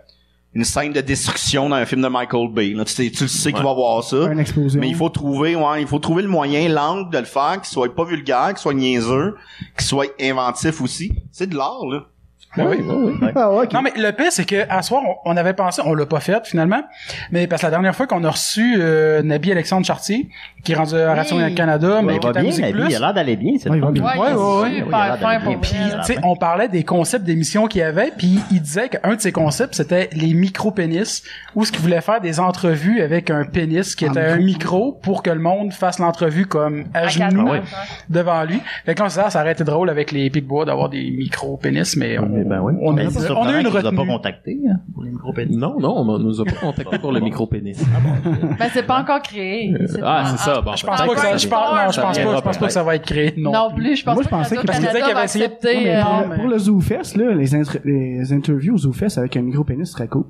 une scène de destruction dans un film de Michael Bay. là. Tu, sais, tu le sais qu'il va avoir ça.
Un explosion.
Mais il faut trouver, ouais, il faut trouver le moyen, l'angle de le faire, qu'il soit pas vulgaire, qu'il soit niaiseux, qu'il soit inventif aussi. C'est de l'art, là.
Ben oui.
Ah, ok.
Non, mais le pire, c'est que à soir, on, on avait pensé, on l'a pas fait finalement, mais parce que la dernière fois qu'on a reçu euh, Nabi Alexandre Chartier, qui est rendu à Radio
Oui.
Ah,
Canada, mais qui est à Musique Plus,
l'air d'aller bien, c'est
Ouais, il va bien.
Ouais,
Ouais, ouais,
ouais,
ouais.
super fin pour
Puis, ben,
vrai, là.
tu sais, on parlait des concepts d'émissions qu'il y avait, puis il disait qu'un de ses concepts, c'était les micro-pénis, ou ce qu'il voulait faire des entrevues avec un pénis qui
En
était un micro pour que le monde fasse l'entrevue comme à
À quatre
genoux
ans, ouais.
devant lui. Fait que là, on se disait, ah, ça aurait été drôle avec les Big Bois d'avoir des micro-pénis, mais on, on,
Ben,
a-
c'est
on a eu une
surprenant qu'ils nous a pas
retenue.
contacté, hein, pour les micro-pénis.
Non, non, on nous a pas contacté pour le micro
Ah,
pénis.
Ben, c'est pas encore créé.
Ah, c'est ça. Bon,
je
Je
pense
pense pas que
Ah,
ça, je pense, non, je pense pas, je pense pas que ça va être créé, non.
Non plus, je pense
Moi, je
pas
pensais
que
qu'il- parce
qu'il disait
Radio-Canada
qu'il
va
avait essayé-
Non, mais
accepter. euh,
pour,
non,
le-
mais-
pour le ZooFest, là, les, intr- les interviews au ZooFest avec un micro pénis serait cool.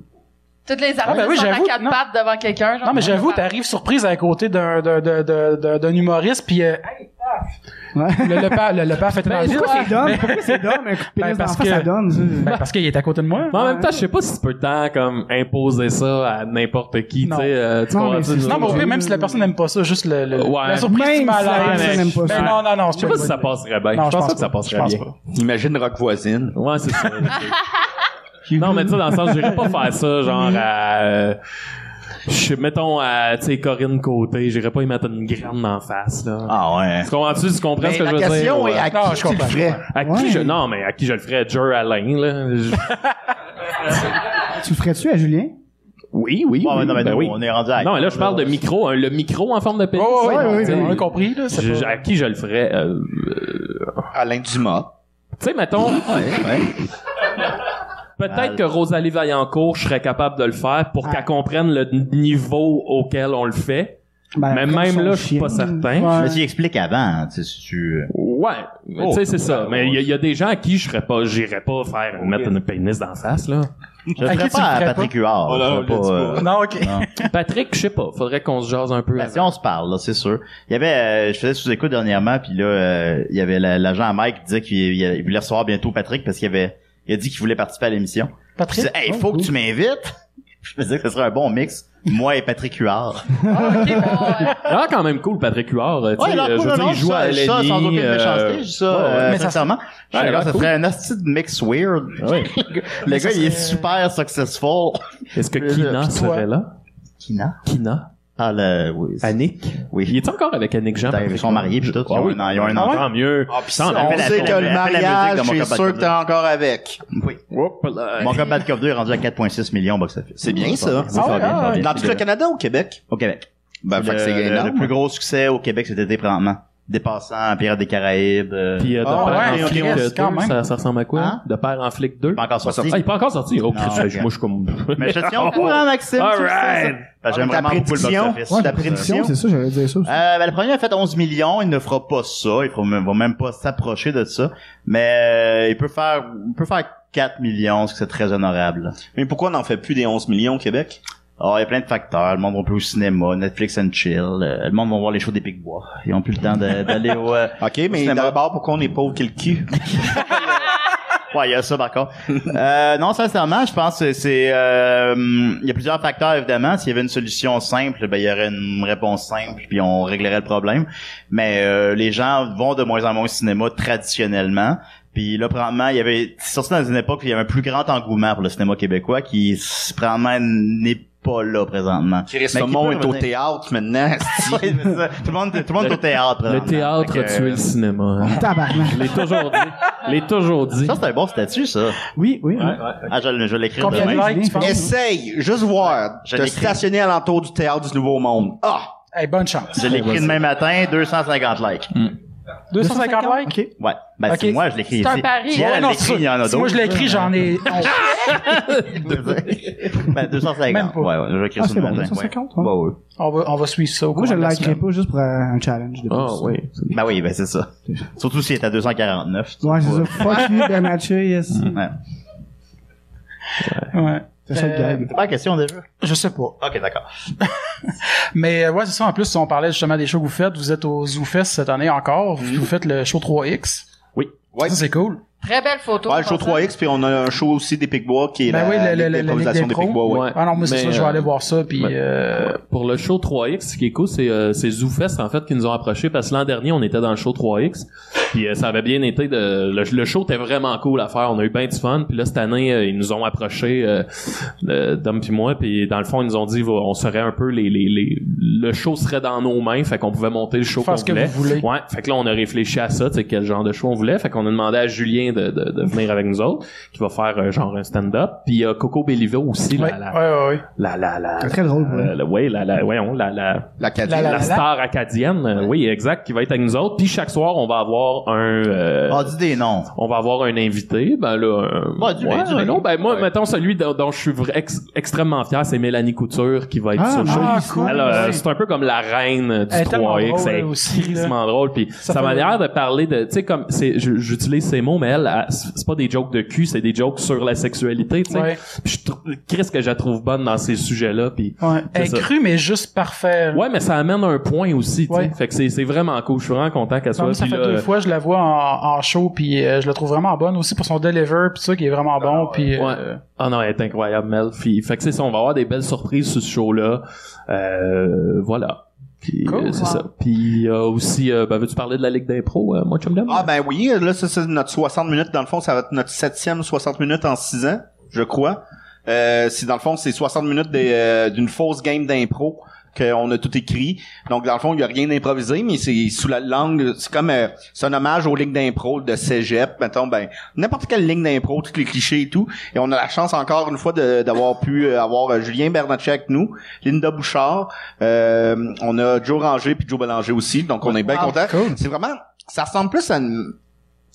Toutes les artistes
Ah, ben oui,
sont à
j'avoue,
quatre
non.
pattes devant quelqu'un. genre. ah,
Non, mais j'avoue, t'arrives surprise à côté d'un d'un- d'un- d'un- d'un- d'un humoriste, puis euh, Hey, ah, paf. Le, le, pa- le, le paf était dans le vide.
Ben, Pourquoi c'est Dom? Pourquoi c'est Dom? Un coup de
Ben,
pénis dans
parce
la face
que-
à Dom, ça.
Ben, parce qu'il est à côté de moi.
Mais en même temps, je sais pas si tu peux tant comme imposer ça à n'importe qui, tu
Non.
sais, euh, tu
Non,
comprends
mais
ça,
c'est-
je-
Non, mais au pire, même si la personne n'aime pas ça, juste le, le-
Ouais.
la surprise
Même
du
si la
malaise.
personne n'aime pas ça.
Ben non, non, non, c'est
Je sais
pas
pas si
une
ça
bonne
passerait bien.
Non, je
je pense
pense
pas que ça
pas.
passerait
Je pense
bien.
pas.
Imagine Rock voisine.
Ouais, c'est ça. c'est- non, mais tu sais, dans le sens, j'irais pas faire ça, genre à. euh, je sais- mettons à, tu sais, Corinne Côté, j'irais pas y mettre une graine en face, là.
Ah ouais.
Tu comprends-tu? Tu comprends
Mais
ce que
la
je veux dire?
question
ouais?
est à
Non, je
qui tu le
comprends.
ferais?
À
Ouais.
qui je. Non, mais à qui je le ferais? Jer Alain, là. Je-
Tu le ferais-tu à Julien?
Oui, oui.
Bon,
oui,
ben, non, mais
ben
nous,
oui.
on est rendu à
Non, mais là, je parle de micro, hein, le micro en forme de pénis.
Oh, ouais,
là,
ouais,
tu sais.
on a compris, là. c'est
Je-
pas-
je- à qui je le ferais? euh,
Alain Dumas.
tu sais, mettons,
Ouais, ouais.
peut-être que Rosalie Vaillancourt, je serais capable de le faire pour qu'elle comprenne le n- niveau auquel on le fait.
Ben,
Mais
comme
même
son
là, je suis
chien.
pas certain.
Ouais.
Mais tu y expliques avant, hein, tu sais, si tu...
Ouais, mais
Oh.
tu sais, c'est ça. Mais il y, a- il y a des gens à qui je serais pas, j'irais pas faire, mettre une pénis dans la face, là.
Je le
À qui
ferais
tu le
pas à
ferais
Patrick Huard.
Oh là,
je
on
ferais
l'a dit
pas,
pas.
euh,
Non, ok.
Patrick, je sais pas, faudrait qu'on se jase un peu.
Ben,
avant.
si on se parle, là, c'est sûr. Il y avait, euh, je faisais sous-écoute dernièrement, puis là, euh, il y avait la- l'agent à Mike qui disait qu'il il- il voulait recevoir bientôt Patrick parce qu'il avait, il a dit qu'il voulait participer à l'émission. Puis il
Patrick. Oh,
disait, hey, faut que tu m'invites. Je me disais que ce serait un bon mix. Moi et Patrick Huard.
Ah, ok, bon, ouais.
Ah, quand même cool, Patrick Huard. euh, tu sais,
non,
euh, je
cool,
veux
non,
dire,
non,
il joue
ça,
à
ça,
LNI,
sans aucune
euh,
méchanceté, je dis ça,
ouais, ouais.
euh,
Mais ça-
sincèrement. Je
Ouais,
suis d'accord, ça
cool.
serait un asti de mix weird.
ouais.
Le
Mais
gars,
ça
il
serait-
est super successful.
Est-ce que Kina
Puis toi?
serait là?
Kina?
Kina?
Ah, le, oui. c'est-
Annick?
Oui.
Il est encore avec Annick Jean?
Putain,
Patrick
Ils sont
Huard?
mariés, puis tout.
Ah oui.
Ils ont un- ils ont un
Ah ouais?
enfant.
Tant mieux.
Ah, puis ça,
Tant
on
mieux.
On
Appelle la-
sait
appelle
que
la-
le
appelle la
mariage,
musique de mon
c'est
copain
sûr
de
que t'es encore avec.
Oui.
Hop là.
Mon combat de Cop 2 est rendu à 4.6 millions au box-office.
C'est bien, ça.
Oui, va bien,
Ah
va
ouais,
bien.
Dans tout le Canada ou au Québec?
Au Québec.
Euh,
Ben, fait que c'est
Le- le-
gagnant.
Le plus gros succès au Québec cet été, probablement. Dépassant Pirates des Caraïbes. euh,
Puis euh, de
Ah,
père
ouais,
en
Chris,
flic euh,
quand
deux,
même.
ça, ça ressemble à quoi?
Hein?
De père en flic 2?
Pas encore sorti.
Ah, il est pas encore sorti.
Non,
Oh, Chris,
ok.
je- moi, je suis comme...
Mais je suis au courant, Maxime.
All
tu le sais, ça.
right.
Parce que J'aime
Ta
vraiment beaucoup le
prédiction?
box-office.
Ouais,
Ta
la prédiction, c'est ça, j'allais dire ça aussi.
Euh, ben, le premier a fait 11 millions, il ne fera pas ça, il fera même- va même pas s'approcher de ça, mais euh, il peut faire il peut faire 4 millions, ce qui c'est très honorable.
Mais pourquoi on n'en fait plus des 11 millions au Québec?
Oh, il y a plein de facteurs, le monde va plus au cinéma, Netflix and chill, euh, le monde va voir les shows des Big Bois, ils ont plus le temps de- d'aller au euh,
OK, mais
cinéma.
d'abord, pourquoi on est pauvre que le cul?
Ouais, il y a ça par contre. Euh, non, sincèrement, je pense que c'est euh, il y a plusieurs facteurs évidemment. S'il y avait une solution simple, ben il y aurait une réponse simple puis on réglerait le problème. Mais euh, les gens vont de moins en moins au cinéma traditionnellement. Puis là, probablement, il y avait c'est sorti dans une époque où il y avait un plus grand engouement pour le cinéma québécois qui s- probablement n'est pas là présentement. Mais
le
qui
monde
peut
est au
revenir?
théâtre maintenant.
Ouais, c'est ça. tout le monde, tout le monde est au théâtre.
Le
présentement.
théâtre
Fait
a
que,
tué le cinéma.
Euh, Tabarnak.
Je l'ai toujours dit. Je l'ai toujours dit.
Ça c'est un bon statut ça.
Oui, oui. oui.
Ah, je, vais- je vais l'écrire
Combien
demain.
de likes, tu
Julien.
penses?
Essaye, juste voir,
Je
de
l'écris.
stationner alentour du théâtre du Nouveau Monde. Ah!
Hey, bonne chance.
Je l'écris demain matin, 250 likes.
250 likes?
OK.
Ouais. Ben,
Ok.
c'est moi, je l'écris
C'est un
ici.
pari.
Si elle,
Ouais,
elle
non,
l'écrit,
c'est ça.
il y en a
Si moi je
d'autres.
l'écris, j'en ai onze.
Ah,
ben, 250.
Même pas.
Ouais, ouais, je vais écrire
Ah,
ça
c'est
demain
bon,
matin.
250,
ouais. Bah
ouais.
Ouais, ouais.
On va, on va suivre ça au
Moi,
cours
je
de
le
la
likerais
semaine.
pas juste pour euh, un challenge de
Ah,
plus.
oui.
Ben oui, ben, c'est ça. Surtout s'il est à 249.
Ouais, c'est ça. Fuck you, Bernatchez, yes.
Ouais.
Ouais.
C'est ça le
Euh,
gag.
C'est pas la question déjà.
Je sais pas.
Ok, d'accord.
Mais euh, ouais, c'est ça. En plus, on parlait justement des shows que vous faites. Vous êtes au ZooFest cette année encore. Vous faites le show 3X.
Mhm. Oui.
Ouais.
Ça, c'est cool.
Très belle photo.
Ouais, le show
pour ça.
3X, puis on a un show aussi des Picbois qui est
Ben oui, le-
la,
le-
la,
le- la
l'improvisation
Ligue
des
d'impro.
Picbois, ouais.
Ah non, moi, c'est
Mais,
ça. Je vais
euh,
aller voir ça. Puis,
ouais.
euh,
Pour le show 3X, ce qui est cool, c'est euh, c'est ZooFest, en fait, qui nous ont approchés parce que l'an dernier, on était dans le show 3X. Puis euh, ça avait bien été de... Le, le show était vraiment cool à faire. On a eu bien du fun. Puis là, cette année, euh, ils nous ont approchés, euh, euh, Dom puis moi. Puis dans le fond, ils nous ont dit, va- on serait un peu les... les, les- le show serait dans nos mains. Fait qu'on pouvait monter le show
Faire
qu'on
ce que
voulait.
vous voulez.
Ouais. Fait que là, on a réfléchi à ça, tu sais, quel genre de show on voulait. Fait qu'on a demandé à Julien de, de, de venir avec nous autres, qui va faire euh, genre un stand-up. Puis il y a Coco Bellivo aussi,
ouais,
la, la,
ouais, ouais, ouais.
la, la, la,
C'est très drôle, pour
euh,
elle.
le- ouais, la, la, voyons, la, la,
La
La-
cadette.
la-
la star acadienne, euh, oui, exact, qui va être avec nous autres. Puis chaque soir, on va avoir avoir un euh,
Ah, dis des noms.
on va avoir un invité, ben là, un,
Bah,
Ouais, du- du-
hein.
un nom. ben moi,
Ouais.
mettons celui dont, dont je suis vra- ex- extrêmement fier, c'est Mélanie Couture qui va être
Ah,
sur le show.
Ah, cool.
Elle, euh, c'est un peu comme la reine du
Elle est tellement
3X,
drôle,
elle est
elle aussi, là.
crissement drôle, puis
Ça
sa
fait-
manière de parler de, tu sais comme, c'est, je- j'utilise ces mots, mais elle, elle, c'est c'est pas des jokes de cul, c'est des jokes sur la sexualité, tu sais.
Ouais.
Puis je trou- Chris que je la trouve bonne dans ces sujets-là, puis
Ouais. Elle est
ça.
crue, mais juste parfait. là.
ouais, mais ça amène un point aussi, tu sais.
Ouais.
Fait que c'est, c'est vraiment cool, je suis vraiment content qu'elle
Non,
soit.
mais ça
puis
fait
là, euh,
deux fois je la vois en, en show puis euh, je la trouve vraiment bonne aussi pour son deliver puis ça qui est vraiment bon puis euh,
Ouais. Ah non, elle est incroyable, Mel. Puis, fait que c'est ça, on va avoir des belles surprises sur ce show-là. Euh, voilà. Puis,
Cool.
euh, c'est
Wow.
ça. Puis euh, aussi, euh, ben, veux-tu parler de la Ligue d'impro, euh, moi, chum Dum?
Ah ben oui, là ça c'est notre 60 minutes dans le fond, ça va être notre septième 60 minutes en 6 ans, je crois. Euh, si dans le fond c'est 60 minutes des, euh, d'une fausse game d'impro qu'on a tout écrit. Donc dans le fond, il y a rien d'improvisé, mais c'est sous la langue, c'est comme euh, c'est un hommage aux lignes d'impro de Cégep, mettons ben n'importe quelle ligne d'impro, tous les clichés et tout. Et on a la chance encore une fois de- d'avoir pu euh, avoir euh, Julien Bernatchez avec nous, Linda Bouchard, euh, on a Joe Ranger puis Joe Bélanger aussi, donc on est bien
Wow,
content.
cool.
C'est vraiment ça ressemble plus à une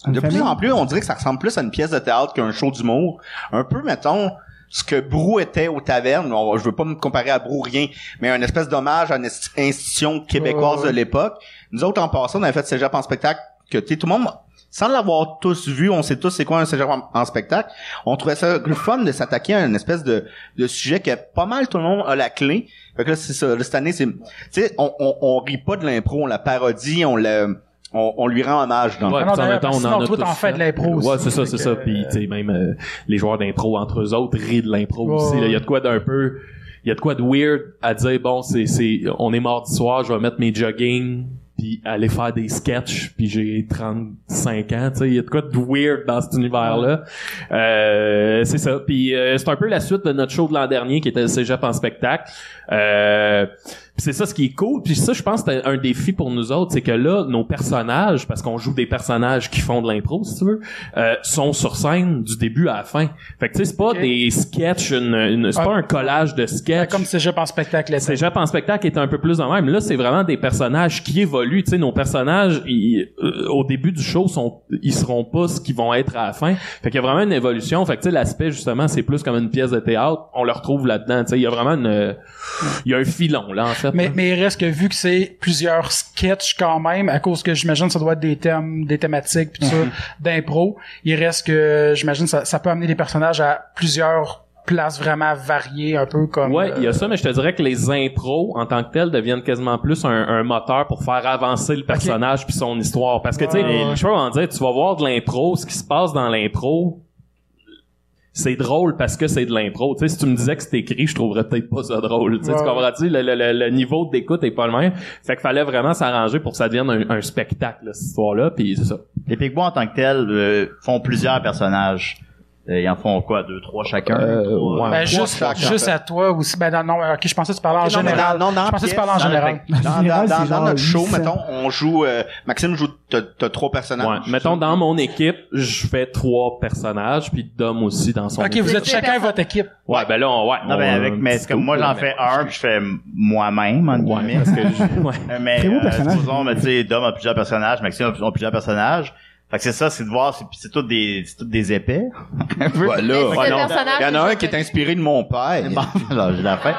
Une
de
famille.
plus en plus, on dirait que ça ressemble plus à une pièce de théâtre qu'un show d'humour. Un peu, mettons, ce que Brou était aux tavernes. On- je veux pas me comparer à Brou, rien, mais un espèce d'hommage à une inst- institution québécoise
Ouais, ouais.
de l'époque. Nous autres, en passant, on avait fait Cégep en spectacle, que tu sais, tout le monde, sans l'avoir tous vu, on sait tous c'est quoi un Cégep en, en spectacle. On trouvait ça le fun de s'attaquer à une espèce de, de sujet que pas mal tout le monde a la clé. Fait que là, c'est ça. Là, cette année, c'est, tu sais, on, on, on rit pas de l'impro, on la parodie, on la, on, on lui rend hommage dans le
Ouais,
Ah
puis
non,
en même temps, on
sinon,
en a
toi,
tous
t'en fais de l'impro aussi.
Ouais, c'est ça,
Fait
c'est
que,
ça. Puis, tu sais, même euh, les joueurs d'impro entre eux autres rient de l'impro aussi. là. Il y a de quoi d'un peu... Il y a de quoi de weird à dire, bon, c'est, c'est, on est mardi soir, je vais mettre mes jogging puis aller faire des sketchs, puis j'ai 35 ans, tu sais, il y a de quoi de weird dans cet univers-là. Euh, c'est ça, puis euh, c'est un peu la suite de notre show de l'an dernier, qui était le cégep en spectacle. Euh, puis c'est ça ce qui est cool. Puis ça, je pense que c'était un défi pour nous autres, c'est que là, nos personnages, parce qu'on joue des personnages qui font de l'impro, si tu veux, euh, sont sur scène du début à la fin. Fait que tu sais, c'est pas
Ok.
des sketchs, une, une- c'est
Ah.
pas un collage de sketchs.
comme Cégep en spectacle là,
Cégep en spectacle est un peu plus en même. Là, c'est vraiment des personnages qui évoluent. Tu sais, nos personnages, ils, euh, au début du show, sont, ils seront pas ce qu'ils vont être à la fin. Fait qu'il y a vraiment une évolution. Fait que, tu sais, l'aspect, justement, c'est plus comme une pièce de théâtre. On le retrouve là-dedans. Tu sais, il y a vraiment une, euh, il y a un filon, là, en fait. hein.
mais, mais il reste que vu que c'est plusieurs sketchs quand même, à cause que j'imagine ça doit être des thèmes, des thématiques puis tout
Mhm.
ça, d'impro, il reste que j'imagine ça, ça peut amener les personnages à plusieurs places vraiment variées, un peu comme.
Ouais, il y
euh,
a ça, mais je te dirais que les impros, en tant que tels, deviennent quasiment plus un, un moteur pour faire avancer le personnage puis son histoire. Parce que, tu sais,
Ouais, ouais.
je sais pas comment dire, tu vas voir de l'impro, ce qui se passe dans l'impro, c'est drôle parce que c'est de l'impro. Tu sais, si tu me disais que c'était écrit, je trouverais peut-être pas ça drôle. Tu sais,
Ouais.
Tu comprends-tu? Le, le- le- le niveau d'écoute est pas le même. Fait qu'il fallait vraiment s'arranger pour que ça devienne un, un spectacle, là, cette histoire-là, puis c'est ça.
Les Pigbois en tant que tels euh, font plusieurs personnages. Euh, ils en font quoi, deux, trois chacun.
Euh,
Trois.
ouais.
ben,
trois
juste,
chaque, en
juste
fait.
à toi aussi. Ben, non, non, ok, je pensais que tu parlais en
Non, mais
général.
dans- non, dans
je pensais que tu parlais en
pièce, dans
général.
le- Dans, dans-
Général,
dans-
c'est
dans
genre
notre show,
800.
mettons, on joue, euh, Maxime joue, t'as, t'as trois personnages.
Ouais. Mettons, dans mon équipe, je fais trois personnages, puis Dom aussi dans son
Ok,
équipe.
vous êtes chacun votre équipe.
Ouais, ben là, on, ouais.
Non,
on-
mais Ah, avec,
on-
mais c'est comme moi, j'en fais un, puis je fais moi-même, en
Ouais,
guillemets.
parce que je- ouais.
Euh, Mais,
Très beau
euh,
personnage.
supposons, mais tu sais, Dom a plusieurs personnages, Maxime a, a plusieurs personnages. Fait que c'est ça, c'est de voir, c'est, puis c'est toutes des, c'est toutes des épais. Un peu.
Voilà.
Mais
Ouais,
c'est le
non.
personnage
Il y en a un
que
qui est
j'ai-
inspiré de mon père.
Bon, alors, j'ai la fin.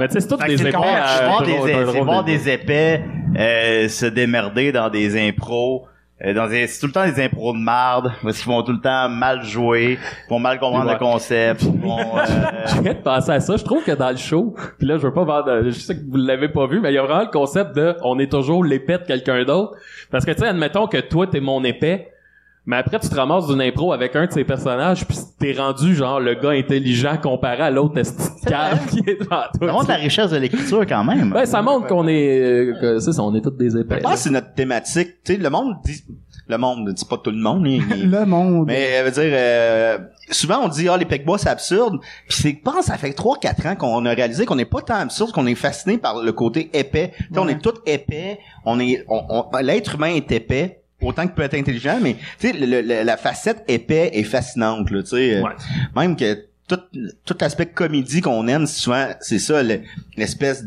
Mais tu sais, c'est toutes
Fait que
des euh,
c'est
épaules.
voir- c'est voir
à-
des-
drôle,
c'est
drôle, drôle,
voir
drôle.
des épais, euh, se démerder dans des impros. euh, dans des- c'est tout le temps des impros de marde, parce qu'ils vont tout le temps mal jouer, ils vont mal comprendre
Ouais.
le concept, ils vont, euh,
Je viens de penser à ça. Je trouve que dans le show, puis là, je veux pas vendre, euh, je sais que vous l'avez pas vu, mais il y a vraiment le concept de on est toujours l'épée de quelqu'un d'autre. Parce que, tu sais, admettons que toi, t'es mon épée, mais après, tu te ramasses d'une impro avec un de ces personnages, puis t'es rendu, genre, le gars intelligent comparé à l'autre esti de cave qui est devant
Ça
toi.
montre la richesse de l'écriture quand même.
Ben, ça montre qu'on est, euh, que, c'est ça, on est toutes des épées.
Je pense que c'est notre thématique. Tu sais, le monde dit, le monde, dit pas tout le monde, il- il-
Le monde.
Mais elle veut dire euh, souvent on dit ah les pecbois c'est absurde, puis c'est que pense ça fait 3 4 ans qu'on a réalisé qu'on n'est pas tant absurde qu'on est fasciné par le côté épais. Tu sais, on est tout épais, on est on, on- l'être humain est épais autant qu'il peut être intelligent mais tu sais le- le- la facette épais est fascinante là, tu sais Euh,
Ouais.
même que tout tout l'aspect comédie qu'on aime souvent c'est ça le- l'espèce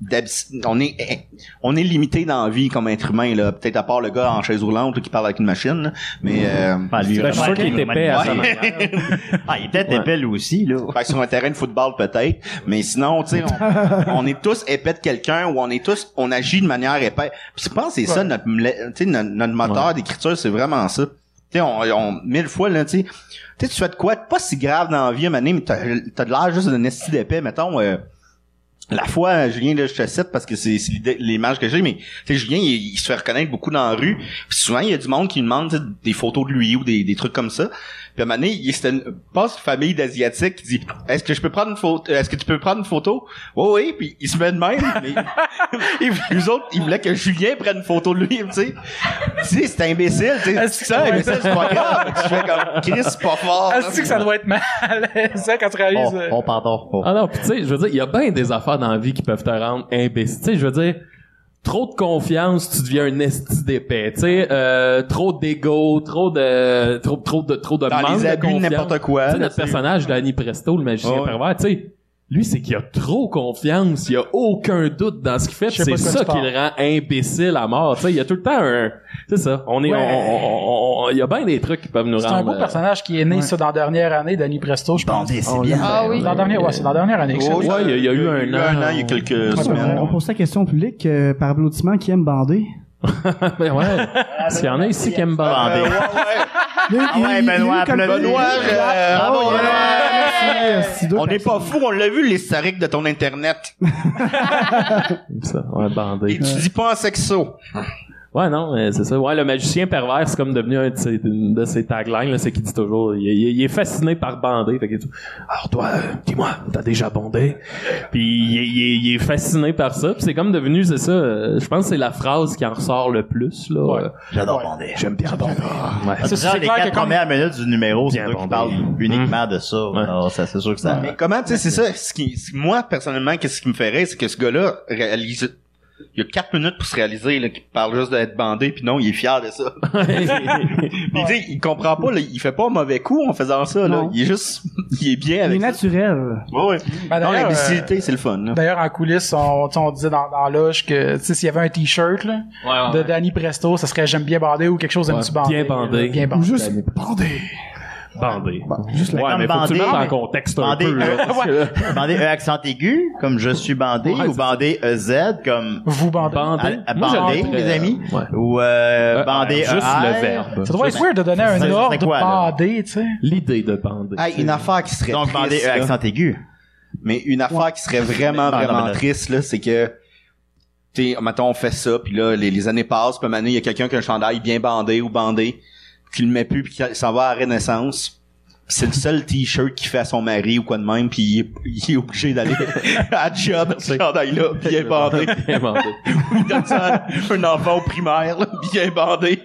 d'abs- on est eh, on est limité dans la vie comme être humain là, peut-être à part le gars en chaise roulante là, qui parle avec une machine, là. mais euh,
Ah, lui,
Ben, je suis sûr
vraiment,
qu'il
il
était
m'a
épais à sa
demandé.
manière.
Ah, il était
Ouais.
épais lui aussi, là.
ben, sur un terrain de football peut-être, mais sinon tu sais on, on est tous épais de quelqu'un ou on est tous on agit de manière épais. Puis je pense que c'est ça notre mle- tu sais notre, notre moteur d'écriture, c'est vraiment ça. Tu sais on, on mille fois là tu sais tu sais, tu fais de quoi de pas si grave dans la vie, mané, mais t'as t'as de l'air juste d'un esti d'épais, mettons euh, la fois, Julien, là, je te cite parce que c'est c'est l'idée- l'image que j'ai, mais tu sais, Julien, il, il se fait reconnaître beaucoup dans la rue. Puis souvent, il y a du monde qui demande tu sais, des photos de lui ou des, des trucs comme ça. Puis à un moment donné, il- c'était une passe famille d'Asiatiques qui dit Est-ce que je peux prendre une photo euh, Est-ce que tu peux prendre une photo? Oui, oui, puis il se met de même, mais ils- les autres, ils voulaient que Julien prenne une photo de lui, tu sais. Tu sais, c'est imbécile, tu sais,
Est-ce
c'est
que-
ça, imbécile, c'est pas grave. Tu fais comme Chris, c'est pas fort.
Ah, c'est que ça doit être mal, ça, quand tu réalises. euh,
On pardon. Oh.
Ah non, pis tu sais, je veux dire, il y a bien des affaires dans la vie qui peuvent te rendre imbécile. Tu sais, je veux dire, trop de confiance, tu deviens un esti d'épais. Tu sais, euh, trop d'ego, trop de, trop, trop de, trop de
Dans
manque
les
de
abus, de
confiance.
n'importe quoi.
Tu sais,
là,
notre personnage d'Annie Presto, le magicien
Ouais.
pervers, tu sais, lui, c'est qu'il a trop confiance, il a aucun doute dans ce qu'il fait,
Je sais
pis
pas
c'est
de quoi
ça
tu
qui le rend imbécile à mort. Tu sais, il y a tout le temps un... C'est ça, on est...
Ouais.
on- on- on- on- Il y a bien des trucs qui peuvent nous
C'est
rendre...
un beau
euh,
personnage qui est né, ça, dans la dernière année, Danny Presto, je pense.
Attendez, c'est bien.
Ah oui.
Dans la dernière, ouais, c'est dans la dernière année. que ça.
Oh,
Ouais, il y a- il y a eu un an.
il y a quelques
Ouais,
semaines.
on pose la question au public euh, par applaudissement qui aime bander.
Ben ouais, parce qu'il y en a ici qui aiment bander.
Attendez.
Il y a-
Ah
il y a-
ouais,
il y a eu
Benoît,
comme- Ah,
applaudis.
Benoît, je-
Bravo,
Bravo,
Benoît.
Benoît.
Merci, deux
On n'est
personnes.
pas fou, on l'a vu l'historique de ton internet.
Comme ça, ouais, bandé.
Et tu dis pas en sexo.
Ouais, non, euh, c'est ça. Ouais, le magicien pervers, c'est comme devenu un de ses, une de ses taglines, là, c'est qu'il dit toujours, il, il- il est fasciné par bander. Fait qu'il dit, alors toi, euh, dis-moi, t'as déjà bandé? Puis il, est- il est- il est fasciné par ça. Puis c'est comme devenu, c'est ça, euh, je pense que c'est la phrase qui en ressort le plus, là. Euh,
J'adore bander. J'aime bien bander.
Ouais.
Ah,
C'est-
Genre,
c'est
les
clair
quatre
que comme-
premières minutes du numéro, c'est
Bien
toi qui
bandé.
parles uniquement de ça. Alors, ça, c'est sûr que ça...
Mais comment, tu sais, c'est ça, ce qui, ce- moi, personnellement, qu'est-ce qui me ferait, c'est que ce gars-là réalise, il y a quatre minutes pour se réaliser, là, qu'il parle juste d'être bandé, puis non, il est fier de ça. Puis, tu sais, il comprend pas, là, il fait pas un mauvais coup en faisant ça, là.
Non.
Il est juste, il est bien
Il est
avec ça.
naturel.
Ouais, ouais.
Ben,
Non,
d'ailleurs,
l'imbécilité, c'est le fun, là.
euh, D'ailleurs, en coulisses, on, tu sais, on disait dans, dans la loge que tu sais, s'il y avait un t-shirt là, de Danny Presto, ça serait J'aime bien bander ou quelque chose
Ah, Ouais,
Aimes-tu bander?
bien bander.
Bien
Ou
bander.
juste bander.
Bandé.
Juste la
Ouais,
Ouais, mais faut que tu le mettes en contexte un
Bandé,
peu, là,
euh,
parce que-
Bandé
euh,
E accent aigu, comme je suis bandé,
Ouais,
ou
c'est-
bandé EZ, comme
Vous bandez.
Bandé.
à- à
Moi,
bander,
j'aurais-
les amis?
Ouais.
ou euh, bandé
juste
ER.
le verbe.
Ça doit être
Juste-
weird de donner
Ça,
un
c'est
ordre
quoi, là?
bandé, tu sais.
L'idée de bander.
Hey, une affaire qui serait
Donc bandé
triste,
E
là.
accent aigu.
Mais une affaire qui serait vraiment,
Non, non,
vraiment
mais là-
triste, là, c'est que, tu sais, mettons, on fait ça, puis là, les, les années passent, puis à un moment donné, il y a quelqu'un qui a un chandail bien bandé ou bandé, qui le met plus, puis qui s'en va à la Renaissance. Puis c'est le seul t-shirt qu'il fait à son mari ou quoi de même, puis il est, il est obligé d'aller à job, ce chandail-là, bien bandé.
Bien bandé.
Il donne ça à un enfant au primaire, là, bien bandé.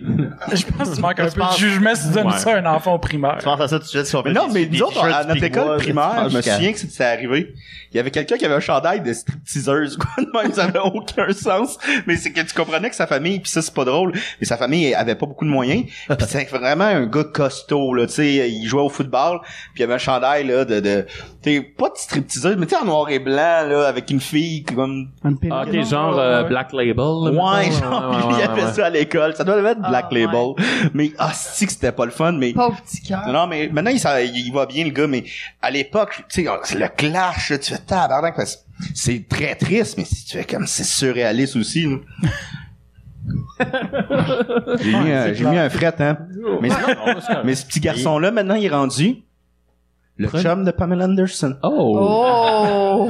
Je pense que tu manques un peu de
penses-
jugement si tu donnes
Ouais.
ça à un enfant au primaire.
Tu penses à ça tout de suite si on
Mais
fait
non,
des-
mais
des
nous autres,
t-shirts
à notre
Pigbois,
école
là, tu
primaire,
penses
je me
jusqu'à-
souviens que c'était arrivé. Il y avait quelqu'un qui avait un chandail de stripteaseuse, quoi de même, ça avait aucun sens. Mais c'est que tu comprenais que sa famille, puis ça c'est pas drôle, mais sa famille avait pas beaucoup de moyens. Puis c'est vraiment un gars costaud, là, tu sais, il jouait au football, puis il avait un chandail, là, de, de, tu sais, pas de stripteaseuse, mais tu sais, en noir et blanc, là, avec une fille, comme,
Un pénis.
Ah, ok, genre euh, Black Label. là,
ouais,
mettons.
genre,
Ouais, ouais,
il
ouais,
avait
ouais.
ça à l'école. Ça doit être Black
Ah, ouais.
Label. Mais, ah, si que c'était pas le fun, mais,
hein. Pauvre petit cœur.
non, non, mais maintenant, il, s'en- il va bien, le gars, mais à l'époque, tu sais, c'est le clash, là, tu fais tabarnak, parce que c'est très triste, mais si tu fais comme, c'est surréaliste aussi, là. j'ai mis, un- j'ai mis un fret, hein. Mais, mais ce petit garçon-là, maintenant, il est rendu le
Prenez-
chum de Pamela Anderson.
Oh,
Oh!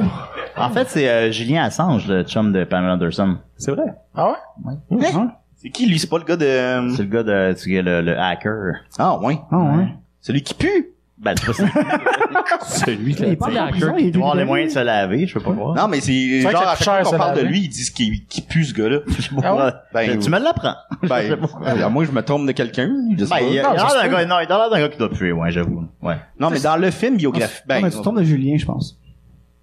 En fait, c'est euh, Julien Assange, le chum de Pamela Anderson.
c'est vrai.
Ah ouais?
C'est qui, lui? C'est pas le gars de... euh,
C'est le gars de, tu sais, le, le hacker.
Ah, ouais.
Ah, ouais.
Celui qui pue.
Ben, je sais pas si il
Celui qui
Il
a
est
dit
pas en
hacker.
prison, il est
doit avoir les
libéré.
moyens de se laver, je peux pas voir.
Non, mais c'est,
vrai que
genre,
ça
à
coûte
chaque
cher,
fois
ça,
qu'on parle de
là.
lui, ils disent qu'il, qu'il pue, ce gars-là.
Ah ouais?
Ben,
tu me l'apprends.
ben, ben, moi, je me trompe de quelqu'un. je sais
Ben,
pas.
il y a il y a
Non, ça
l'air
se
d'un
peut.
gars, non, il a l'air d'un gars qui doit puer, ouais, j'avoue. Ouais.
Non, mais dans le film biographique.
Non,
Ben,
Ah, mais tu tombes de Julien, je pense.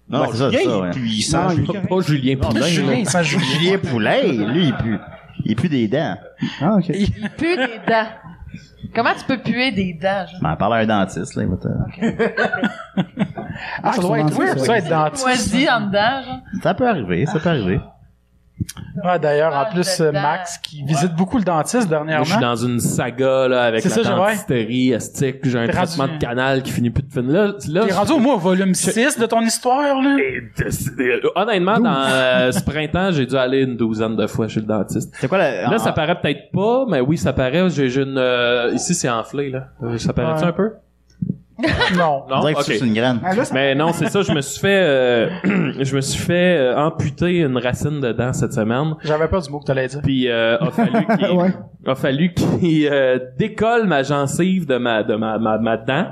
non,
Ouais, c'est ça,
Julien,
c'est ça,
il est
ouais.
puissant.
Non, il-
Pas- Pas Julien Poulain.
Ah, Julien, il
là.
sent Julien.
Julien Poulet, lui, il pue. Il pue des dents.
Ah, ok.
Il pue des dents. Comment tu peux puer des dents? genre?
euh, Ben, parle à un dentiste, là, il va te...
Ah, ça doit être
souvent,
weird, ça,
c'est ça.
être dentiste.
Moisi en dedans, genre.
Ça peut arriver, ça peut arriver.
Ah, d'ailleurs, en
Ah,
plus,
le
euh,
dent.
Max, qui visite beaucoup le dentiste
Moi, je suis
dernièrement.
dans une saga là, avec
C'est
la
ça, j'ai- ouais.
dentisterie, astique, j'ai un
T'es
traitement
rendu-
de canal qui finit plus de finir. Là, là
T'es
je-
rendu au moins au volume 6 de ton histoire, là?
Et- euh, honnêtement, dans euh, ce printemps, j'ai dû aller une douzaine de fois chez le dentiste.
C'est quoi la...
Là,
en-
ça paraît peut-être pas, mais oui, ça paraît. J'ai j'ai une... euh, ici, c'est enflé, là. Euh, ça paraît-tu
Ouais.
un peu?
Non.
On
Non?
dirait que
Ok.
c'est une graine.
Ah, là, ça-
Mais non, c'est ça, je me suis fait... euh, je me suis fait euh, amputer une racine de dent cette semaine.
J'avais peur du mot que t'allais dire.
Puis euh, a fallu qu'il
Ouais.
a fallu qu'il euh, décolle ma gencive de ma de ma, ma, ma dent,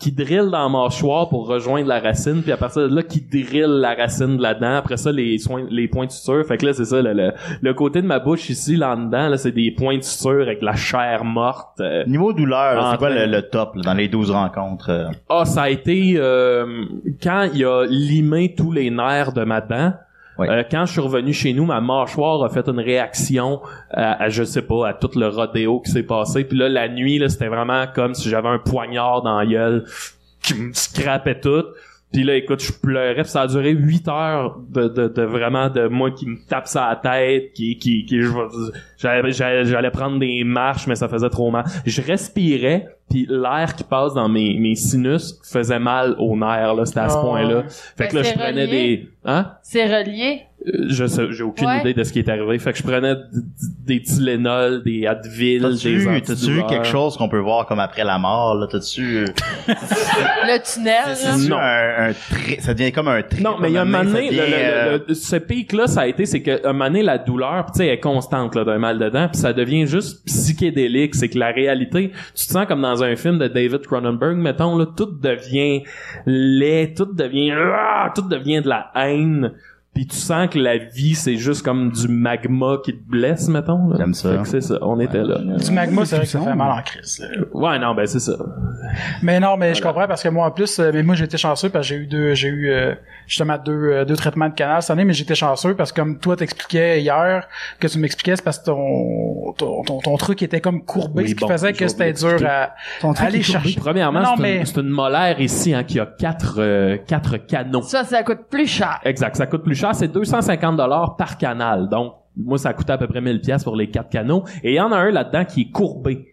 qui drille dans la mâchoire pour rejoindre la racine, puis à partir de là qui drille la racine de la dent. Après ça les soins les points de suture. Fait que là c'est ça le, le, le côté de ma bouche ici là en dedans là c'est des points de suture avec de la chair morte. euh.
Niveau douleur, là,
Ah,
c'est quoi
ouais.
le, le top là, dans les 12 rencontres? euh?
Ah ça a été euh, quand il a limé tous les nerfs de ma dent.
Ouais.
euh, quand je suis revenu chez nous, ma mâchoire a fait une réaction à, à, je sais pas, à tout le rodéo qui s'est passé. Puis là, la nuit, là, c'était vraiment comme si j'avais un poignard dans la gueule qui me scrapait tout. Puis là, écoute, je pleurais. Puis ça a duré huit heures de, de, de vraiment de moi qui me tape sa tête, qui, qui, qui je vais- j'allais- j'allais j'allais prendre des marches, mais ça faisait trop mal. Je respirais, puis l'air qui passe dans mes, mes sinus faisait mal aux nerfs. Là, c'était à ce
Ah.
point-là. Fait que
Oh. Ben,
là, je
c'est
prenais
relié.
des, hein?
C'est relié.
Euh, je sais, j'ai aucune
Ouais.
idée de ce qui est arrivé. Fait que je prenais d- d- des Tylenol, des Advil,
T'as-tu
des
eu- t'as-tu eu
antidouleurs.
quelque chose qu'on peut voir comme après la mort? là? T'as-tu... euh,
Le tunnel, là.
t'as-tu
Non.
Un, un tri- Ça devient comme un tri.
Non, mais il y a un moment donné,
ça
le- le-
devient, euh,
le- le- ce pic-là, ça a été, c'est que un moment donné, la douleur, pis tu sais, elle est constante, là, d'un mal dedans, puis ça devient juste psychédélique. C'est que la réalité, tu te sens comme dans un film de David Cronenberg, mettons, là, tout devient laid, tout devient, ah, tout devient de la haine, puis tu sens que la vie, c'est juste comme du magma qui te blesse, mettons, là.
J'aime ça.
Fait que c'est ça, on était là.
Du magma, c'est vrai que ça
Puissant.
fait mal en crise. là.
Ouais, non, ben, c'est ça.
Mais non, mais je comprends parce que moi en plus, euh, mais moi j'étais chanceux parce que j'ai eu deux, j'ai eu euh, justement deux, euh, deux traitements de canal cette année, mais j'étais chanceux parce que comme toi t'expliquais hier, que tu m'expliquais, c'est parce que ton, ton, ton, ton truc était comme courbé,
Oui,
ce qui
bon,
faisait que
j'ai
c'était
oublié
dur à
Ton truc
aller
est courbé.
chercher.
Premièrement,
Non,
c'est
mais-
une, c'est une molaire ici hein, qui a quatre, euh, quatre canaux.
Ça, ça coûte plus cher.
Exact, ça coûte plus cher, c'est 250 dollars par canal. Donc, moi, ça coûtait à peu près 1000 pièces pour les quatre canaux. Et il y en a un là-dedans qui est courbé.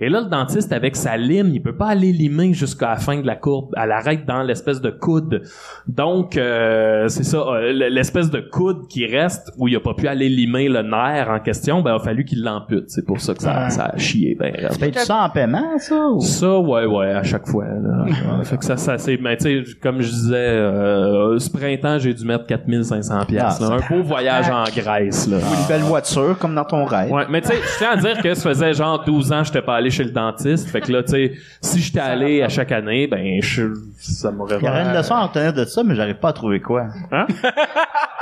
Et là, le dentiste, avec sa lime, il peut pas aller limer jusqu'à la fin de la courbe. Elle arrête dans l'espèce de coude. Donc, euh, c'est ça, euh, l- l'espèce de coude qui reste où il a pas pu aller limer le nerf en question, ben, il a fallu qu'il l'ampute. C'est pour ça que ça,
Ouais.
ça a chié, ben, raide.
T'as-tu ça en paiement, ça? ou-
Ça, ouais, ouais, à chaque fois. Là. Ouais, fait que ça, ça c'est... Mais tu sais, comme je disais, euh, ce printemps, j'ai dû mettre 4500 pièces.
Ah,
là. un beau voyage en Grèce. Là.
Ou une belle voiture, comme dans ton rêve.
Ouais, mais tu sais, je tiens à dire que ça faisait genre 12 ans que j'étais pas allé chez le dentiste. Fait que là, tu sais, si j'étais allé à chaque année, ben, je, ça m'aurait...
Il y aurait une
vraiment-
leçon à retenir de ça, mais j'arrive pas à trouver quoi.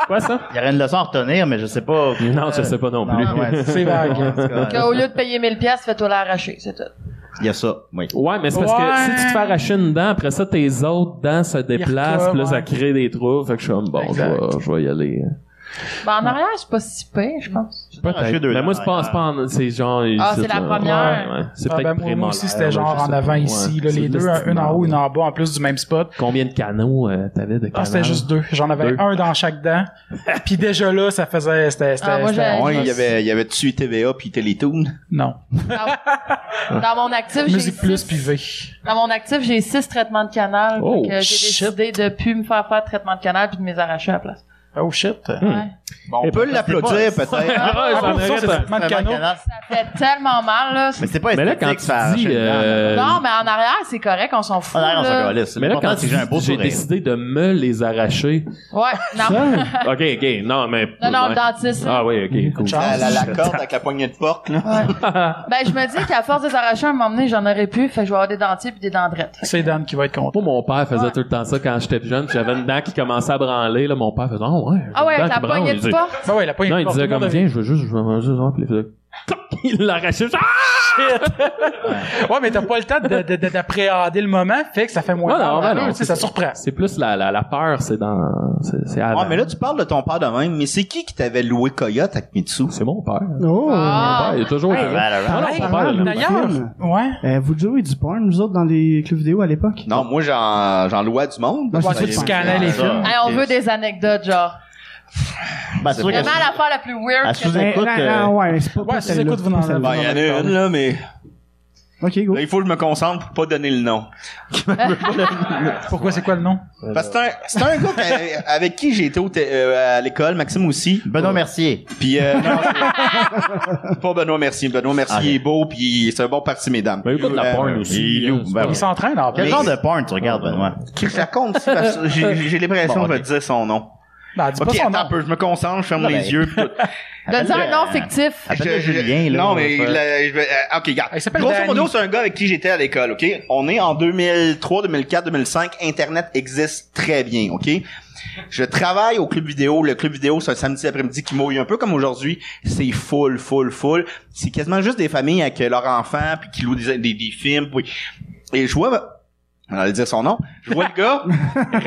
Quoi, ça?
Il y aurait une leçon à retenir, mais je sais pas.
Non, je sais pas non plus.
Non, ouais,
C'est vague.
hein, en tout cas,
Qu'au lieu de payer 1000$, piastres, fais-toi l'arracher, c'est tout.
Il y a ça, oui.
Ouais, mais c'est parce que
Ouais.
si tu te fais arracher une dent, après ça, tes autres dents se déplacent,
recollent,
puis là, ça
ouais.
crée des trous. Fait que je suis comme, bon, je
Exact.
vais- je vais y aller.
Ben, en arrière, c'est pas si pire, je pense.
Arracher deux
mais moi,
dents,
c'est pas,
ouais.
c'est pas en- c'est genre.
Ah,
ici,
c'est la
là.
première.
Ouais, ouais. C'est
Ah,
peut-être
ben, moi, moi
prémolaire,
aussi
ouais,
c'était genre
je sais
en
pas.
avant
Ouais.
ici, là,
C'est
les deux, un, une en haut, une en bas, en plus du même spot.
Combien de canaux euh, t'avais de canaux?
Ah, c'était juste deux. J'en avais
Deux.
un dans chaque dent. Puis déjà là, ça faisait, c'était, c'était,
Ah, moi,
c'était-
j'avais-
Ouais, il y avait, il y avait dessus TVA puis Télétoon.
non.
Ah.
Dans mon actif, j'ai
Musique plus
six,
puis V.
dans mon actif, j'ai six traitements de canal.
Oh,
fait que j'ai
shit.
décidé de plus me faire faire de traitement de canal puis de mes arracher à la place.
Oh shit.
Hmm.
Ouais.
On peut l'applaudir, peut-être.
Ah,
Ah,
j'en
pour ça,
mérite
c'est
un.
traitement de
Vraiment,
canaux.
canal.
Ça fait tellement mal, là.
Mais c'est pas hein.
Mais là,
esthétique,
quand
ça
tu
arrache
dis.
une dent.
euh,
Non, mais en arrière, c'est correct, on s'en
On
fout.
a rien, on s'en
là.
calisse.
Mais là, quand
L'important, Ah, c'est
tu
que j'ai un
dis,
beau
j'ai
sourire.
décidé de me les arracher.
Ouais, non.
ok, ok, non, mais.
Non, non,
ouais.
le dentiste. là.
Ah, oui, ok, cool.
Chance.
La, la- la corde avec la poignée de porte, là.
Ben, je me dis qu'à force des arrachés, à un moment donné, j'en aurais plus. Fait que je vais avoir des dentiers puis des dendrettes. Fait que-
C'est Dan qui va être content.
Moi, mon père faisait
Ouais.
tout le temps ça quand j'étais plus jeune, puis j'avais une dent qui commençait à branler, là, mon père faisait, oh, ouais. j'ai
Ah
une
ouais,
dent
avec
qui
la
branle.
poignée
Il
de
disait-
porte.
Ah ouais, il a pas eu
Non,
une
il
porte,
disait
tout le
comme,
monde
viens, je veux juste, je veux juste, voir, puis il faisait, toc, il l'arrachait. Ah!
Ouais, mais t'as pas le temps de- de- de- d'appréhender le moment, fait que ça fait moins
Ouais, non,
mal.
ouais,
Tu
non,
sais, ça surprend.
C'est plus la, la, la peur, c'est dans, c'est, c'est avant.
Ah, mais là, tu parles de ton père de même, mais c'est qui qui t'avait loué Coyote avec Mitsu?
C'est mon père.
Oh!
Ah.
Mon père, il a toujours été-
Valorant.
Ah,
Hey,
non, mon père, là.
D'ailleurs,
Film.
ouais.
Euh, vous jouez du porn, vous autres, dans les clubs vidéo à l'époque?
Non, moi, j'en, j'en louais du monde.
Moi,
Ouais,
c'est
toi, tu scannais les
ça.
films.
Hey, on veut des anecdotes, genre.
Ben, c'est sûr
Vraiment
que-
l'affaire la plus
à
Ah,
weird que
Ben,
sous-écoute, euh,
non, non, ouais, c'est pas
Ouais,
pas
si
celle-là,
écoute, vous
pas
en
celle-là.
Ben, il y en a une, là, mais
Ok, go.
là, il faut que je me concentre pour pas donner le nom.
Pourquoi, c'est quoi le nom?
Parce que c'est un, c'est un gars qu'a- avec qui j'ai été au té- euh, à l'école, Maxime aussi.
Benoît Mercier.
Puis, euh, non, c'est- pas Benoît Mercier. Benoît Mercier
Ah,
il est beau, puis c'est un bon parti, mesdames.
Ben, il écoute la
Euh,
porn aussi.
il loue,
c'est
ben
pas-
Il s'entraîne, en
Quel
plus.
genre de porn tu regardes, Benoît?
Qui raconte, c'est parce que j'ai, j'ai l'impression
Bon,
que je vais
ok.
te dire son nom.
Ben, dis pas
Ok,
son
attends un
nom.
peu, je me concentre, je ferme
Non,
les
ben-
yeux. puis tout.
De dire un
Appelle-le,
nom
euh,
fictif.
Appelle-le
Je- je-
Julien, là.
Non,
on
mais
va faire-
là, je vais- euh, ok, regarde.
Ah, il s'appelle
Grosso
Danny.
modo, c'est un gars avec qui j'étais à l'école, ok? On est en 2003, 2004, 2005. Internet existe très bien, ok? Je travaille au club vidéo. Le club vidéo, c'est un samedi après-midi qui mouille un peu comme aujourd'hui. C'est full, full, full. C'est quasiment juste des familles avec euh, leurs enfants, puis qui louent des, des, des films. Puis... Et je vois, on allait dire son nom, je vois le gars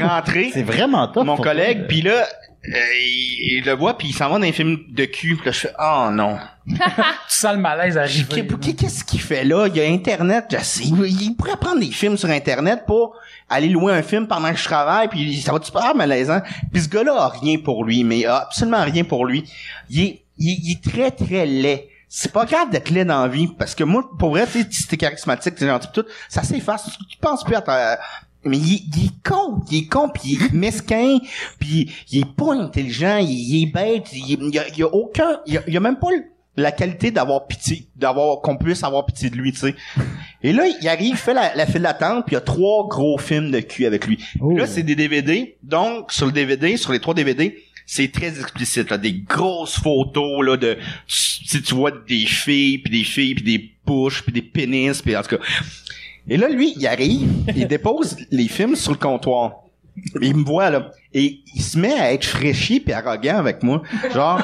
rentrer
C'est vraiment top.
mon
pour
collègue,
toi.
puis là, euh, il, il le voit, puis il s'en va dans un film de cul. Puis là, je fais « Oh non!
Tu sens le malaise
Qu'est-
arriver. là.
qu'est- Qu'est-ce qu'il fait là? Il y a Internet. je sais, il, il pourrait prendre des films sur Internet pour aller louer un film pendant que je travaille, puis ça va être super malaisant. Puis ce gars-là a rien pour lui, mais a absolument rien pour lui. Il est, il, il est très, très laid. C'est pas grave d'être laid dans la vie, parce que moi, pour vrai, tu sais, si t'es charismatique, t'es gentil, pis tout, ça s'efface. Tu- Tu penses plus à ta... Mais il, est- il est con, il est con, puis il est mesquin, puis il est pas intelligent, il, il est bête, il, il, y a, il y a aucun... Il y a, il y a même pas le- la qualité d'avoir pitié, d'avoir qu'on puisse avoir pitié de lui, tu sais. Et là, il arrive, il fait la, la file d'attente, puis il y a trois gros films de cul avec lui.
Oh.
Là, c'est des DVD. Donc, sur le DVD, sur les trois DVD, c'est très explicite. Là, des grosses photos là de si tu vois des filles, puis des filles, puis des bouches, puis des pénis, puis en tout cas. Et là, lui, il arrive, il dépose les films sur le comptoir. Il me voit là et il se met à être fraîchi puis arrogant avec moi, genre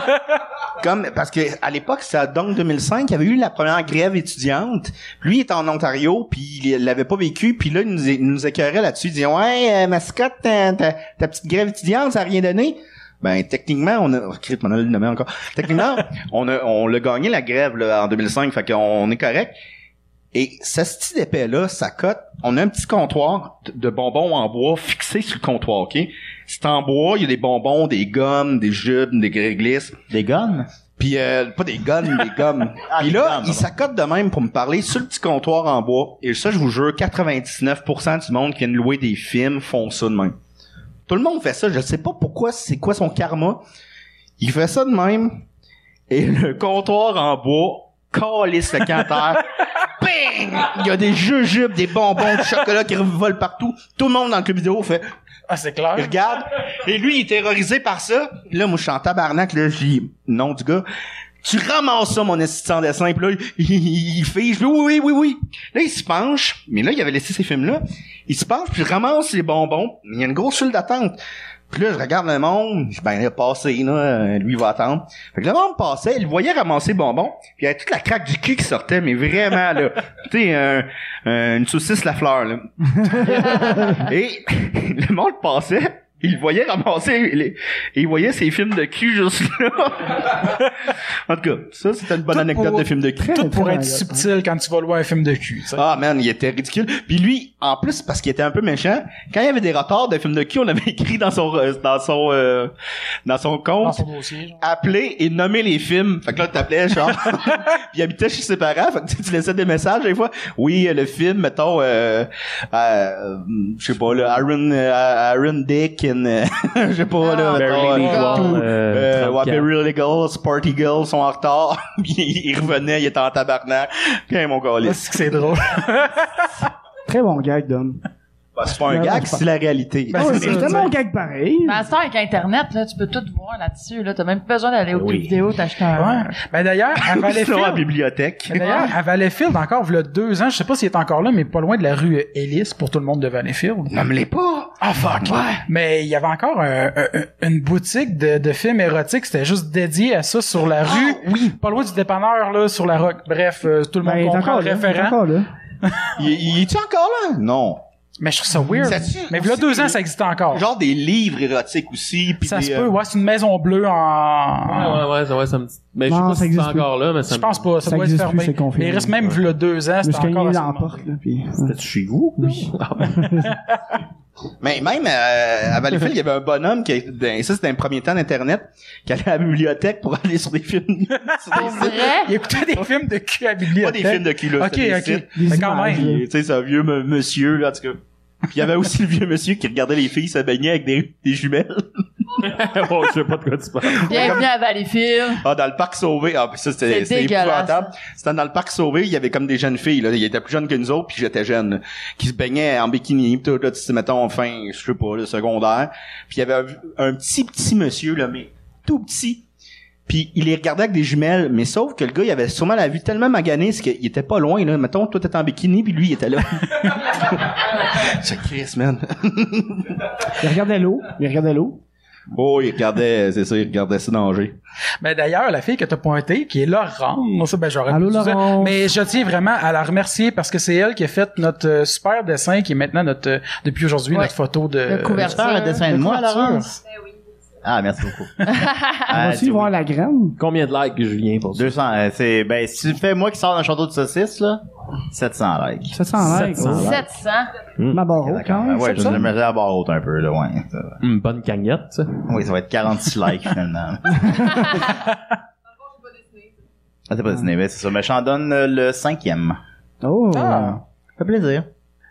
comme parce que à l'époque c'est à donc 2005 il y avait eu la première grève étudiante. Lui il était en Ontario puis il l'avait pas vécu puis là il nous, il nous écœurait là-dessus, il disait ouais euh, mascotte ta, ta- ta petite grève étudiante ça a rien donné. Ben techniquement on a oh, Christ, on a le nommé encore. Techniquement on a on l'a gagné la grève là, en 2005 fait qu'on est correct. Et ce style d'épais là, ça cote. On a un petit comptoir de- de bonbons en bois fixé sur le comptoir, ok? C'est en bois, il y a des bonbons, des gommes, des jupes, des réglisses.
Des guns?
Puis euh, pas des gommes, des gommes.
Ah,
Puis
des
là,
gommes,
il
pardon.
s'accote de même pour me parler sur le petit comptoir en bois. Et ça, je vous jure, 99% du monde qui vient de louer des films font ça de même. Tout le monde fait ça. Je sais pas pourquoi, c'est quoi son karma. Il fait ça de même. Et le comptoir en bois calisse le camp à terre. Bing! Il y a des jujubes, des bonbons, du chocolat qui volent partout. Tout le monde dans le club vidéo fait
Ah, c'est clair.
il regarde. Et lui, il est terrorisé par ça. Là, moi, je suis en tabarnak. Là, je dis, non, du gars. Tu ramasses ça, mon assistant dessin. Puis là, il, il, il fige. Oui, oui, oui, oui. Là, il se penche. Mais là, il avait laissé ces films-là. Il se penche, puis il ramasse les bonbons. Il y a une grosse file d'attente. Puis là, je regarde le monde. Je dis, Ben, il a passé, là. euh, Lui, il va attendre. Fait que le monde passait. Il le voyait ramasser les bonbons. Puis il y avait toute la craque du cul qui sortait. Mais vraiment, là. tu sais, un- un- une saucisse la fleur, là. Et le monde passait, il voyait ramasser, les- il voyait ses films de cul juste là. en tout cas, ça c'était une bonne
Tout
anecdote
pour-
de film de cul.
Tout pour
Très
être
bien.
subtil quand tu vas louer un film de cul, tu sais.
Ah man, il était ridicule. Puis lui, en plus parce qu'il était un peu méchant, quand il y avait des retards de films de cul, on avait écrit dans son euh, dans son euh, dans son
Dans
compte
son dossier, genre.
appeler et nommer les films. Fait que là, t'appelais, genre, puis il habitait chez ses parents, fait que tu- tu laissais des messages des fois. Oui, euh, le film, mettons, euh, euh, je sais pas, là, Aaron, euh, Aaron Dick, and, euh, je sais pas, là,
Ah,
mettons,
Barely
euh,
Legal.
tout, euh, ouais,
34.
Barely Legal, Party Girl sont en retard. Puis il il revenait, il était en tabarnak. Quand mon gars,
Ah, C'est que c'est drôle.
Très bon gag, Dom. Oh,
C'est pas un gag, c'est la réalité.
Ben, c'est Ben,
c'est
ça,
tellement
tu sais.
gag pareil.
Mais Ben, à ce temps, avec Internet, là, tu peux tout voir là-dessus. Là. T'as même pas besoin d'aller au
Oui.
club vidéo, t'acheter un.
Ouais. Ben d'ailleurs, à
Sinon, à la
Valleyfield, Ben,
bibliothèque.
D'ailleurs, à Valleyfield, encore, il y a deux ans, je sais pas s'il est encore là, mais pas loin de la rue Ellis pour tout le monde de Valleyfield.
Nomme-les pas!
Ah, fuck! Mais il y avait encore un- un- un- une boutique de, de films érotiques, c'était juste dédié à ça sur
Ah,
la rue. Oui! Pas loin du dépanneur, là, sur la rock. Bref, euh, tout le
Ben,
monde
il est
comprend
encore
le
là. il est
référent. Ah,
encore là.
Il, il est-tu encore là? Non.
Mais je trouve ça weird.
Ça tue-
Mais il y a deux ans, ça existait encore.
Genre des livres érotiques aussi, puis
Ah. ça
des,
se
euh,
peut, ouais, c'est une maison bleue
Ouais,
en...
ouais, ouais, ça, ouais, ça me dit. Mais je sais
Non,
pas
ça
si c'est
existe plus.
encore là, mais ça
Je
me-
pense pas, ça,
Ça
doit être
existe plus,
fermé.
c'est confirmé.
Mais il reste même vu le deux ans,
Mais
c'était
ce qu'il
encore à ce moment.
l'emporte, là, puis... euh,
C'était chez vous?
Oui.
Ah, ben,
Mais même euh, à Valleyfield, il y avait un bonhomme qui dans- ça c'était un premier temps d'internet qui allait à la bibliothèque pour aller sur des films sur
Pour
des sites.
vrai?
Il écoutait des films de cul à
pas
Ah, bibliothèque.
des films de cul là,
Ok,
c'était des
ok.
sites.
Mais quand
images,
même.
là.
Et, Tu sais, c'est un vieux me- monsieur là, en tout cas. Puis il y avait aussi le vieux monsieur qui regardait les filles se baigner avec des, des jumelles.
bon, je sais pas de quoi tu parles.
Bienvenue à Valleyfield.
Ah, dans le parc sauvé. Ah, puis ça c'était
C'est
c'était
dégueulasse.
épouvantable. C'était dans le parc sauvé, il y avait comme des jeunes filles là, ils étaient plus jeunes que nous autres, puis j'étais jeune, là, qui se baignaient en bikini, puis tout là, tu sais, mettons fin, je sais pas, le secondaire. Puis il y avait un, un petit petit monsieur là, mais tout petit. Puis il les regardait avec des jumelles, mais sauf que le gars, il avait sûrement la vue tellement maganée, c'est qu'il était pas loin, là. Mettons, toi, t'étais en bikini, puis lui, il était là. C'est Chris, man.
Il regardait l'eau. Il regardait l'eau.
Oh, il regardait, c'est ça, il regardait ça danger.
Ben d'ailleurs, la fille que t'as pointée, qui est Laurent, moi ça, ben j'aurais
Allô,
pu dire ça.
Laurence.
Mais je tiens vraiment à la remercier parce que c'est elle qui a fait notre euh, super dessin, qui est maintenant notre euh, depuis aujourd'hui
Ouais.
notre photo de.
Le couvert.
Faire un dessin de moi,
couverture.
Laurence. Ah, merci beaucoup.
On va
Ah,
aussi
tu-
voir la graine.
Combien de likes je viens pour ça?
200, euh, c'est, ben, si tu fais moi qui sors d'un château de saucisses, là, 700 likes.
Ça sent l'air.
700 likes.
700.
Oh, Ma
Oh,
barreau, quand même.
ouais, je
ça.
vais me la barre haute un peu, là, ouais. Ça va.
Une bonne cagnotte, ça.
Oui, ça va être 46 likes, finalement. Ah, t'as pas dessiné, mais c'est ça. Mais je t'en donne euh, le cinquième.
Oh.
Ah.
Ça fait plaisir.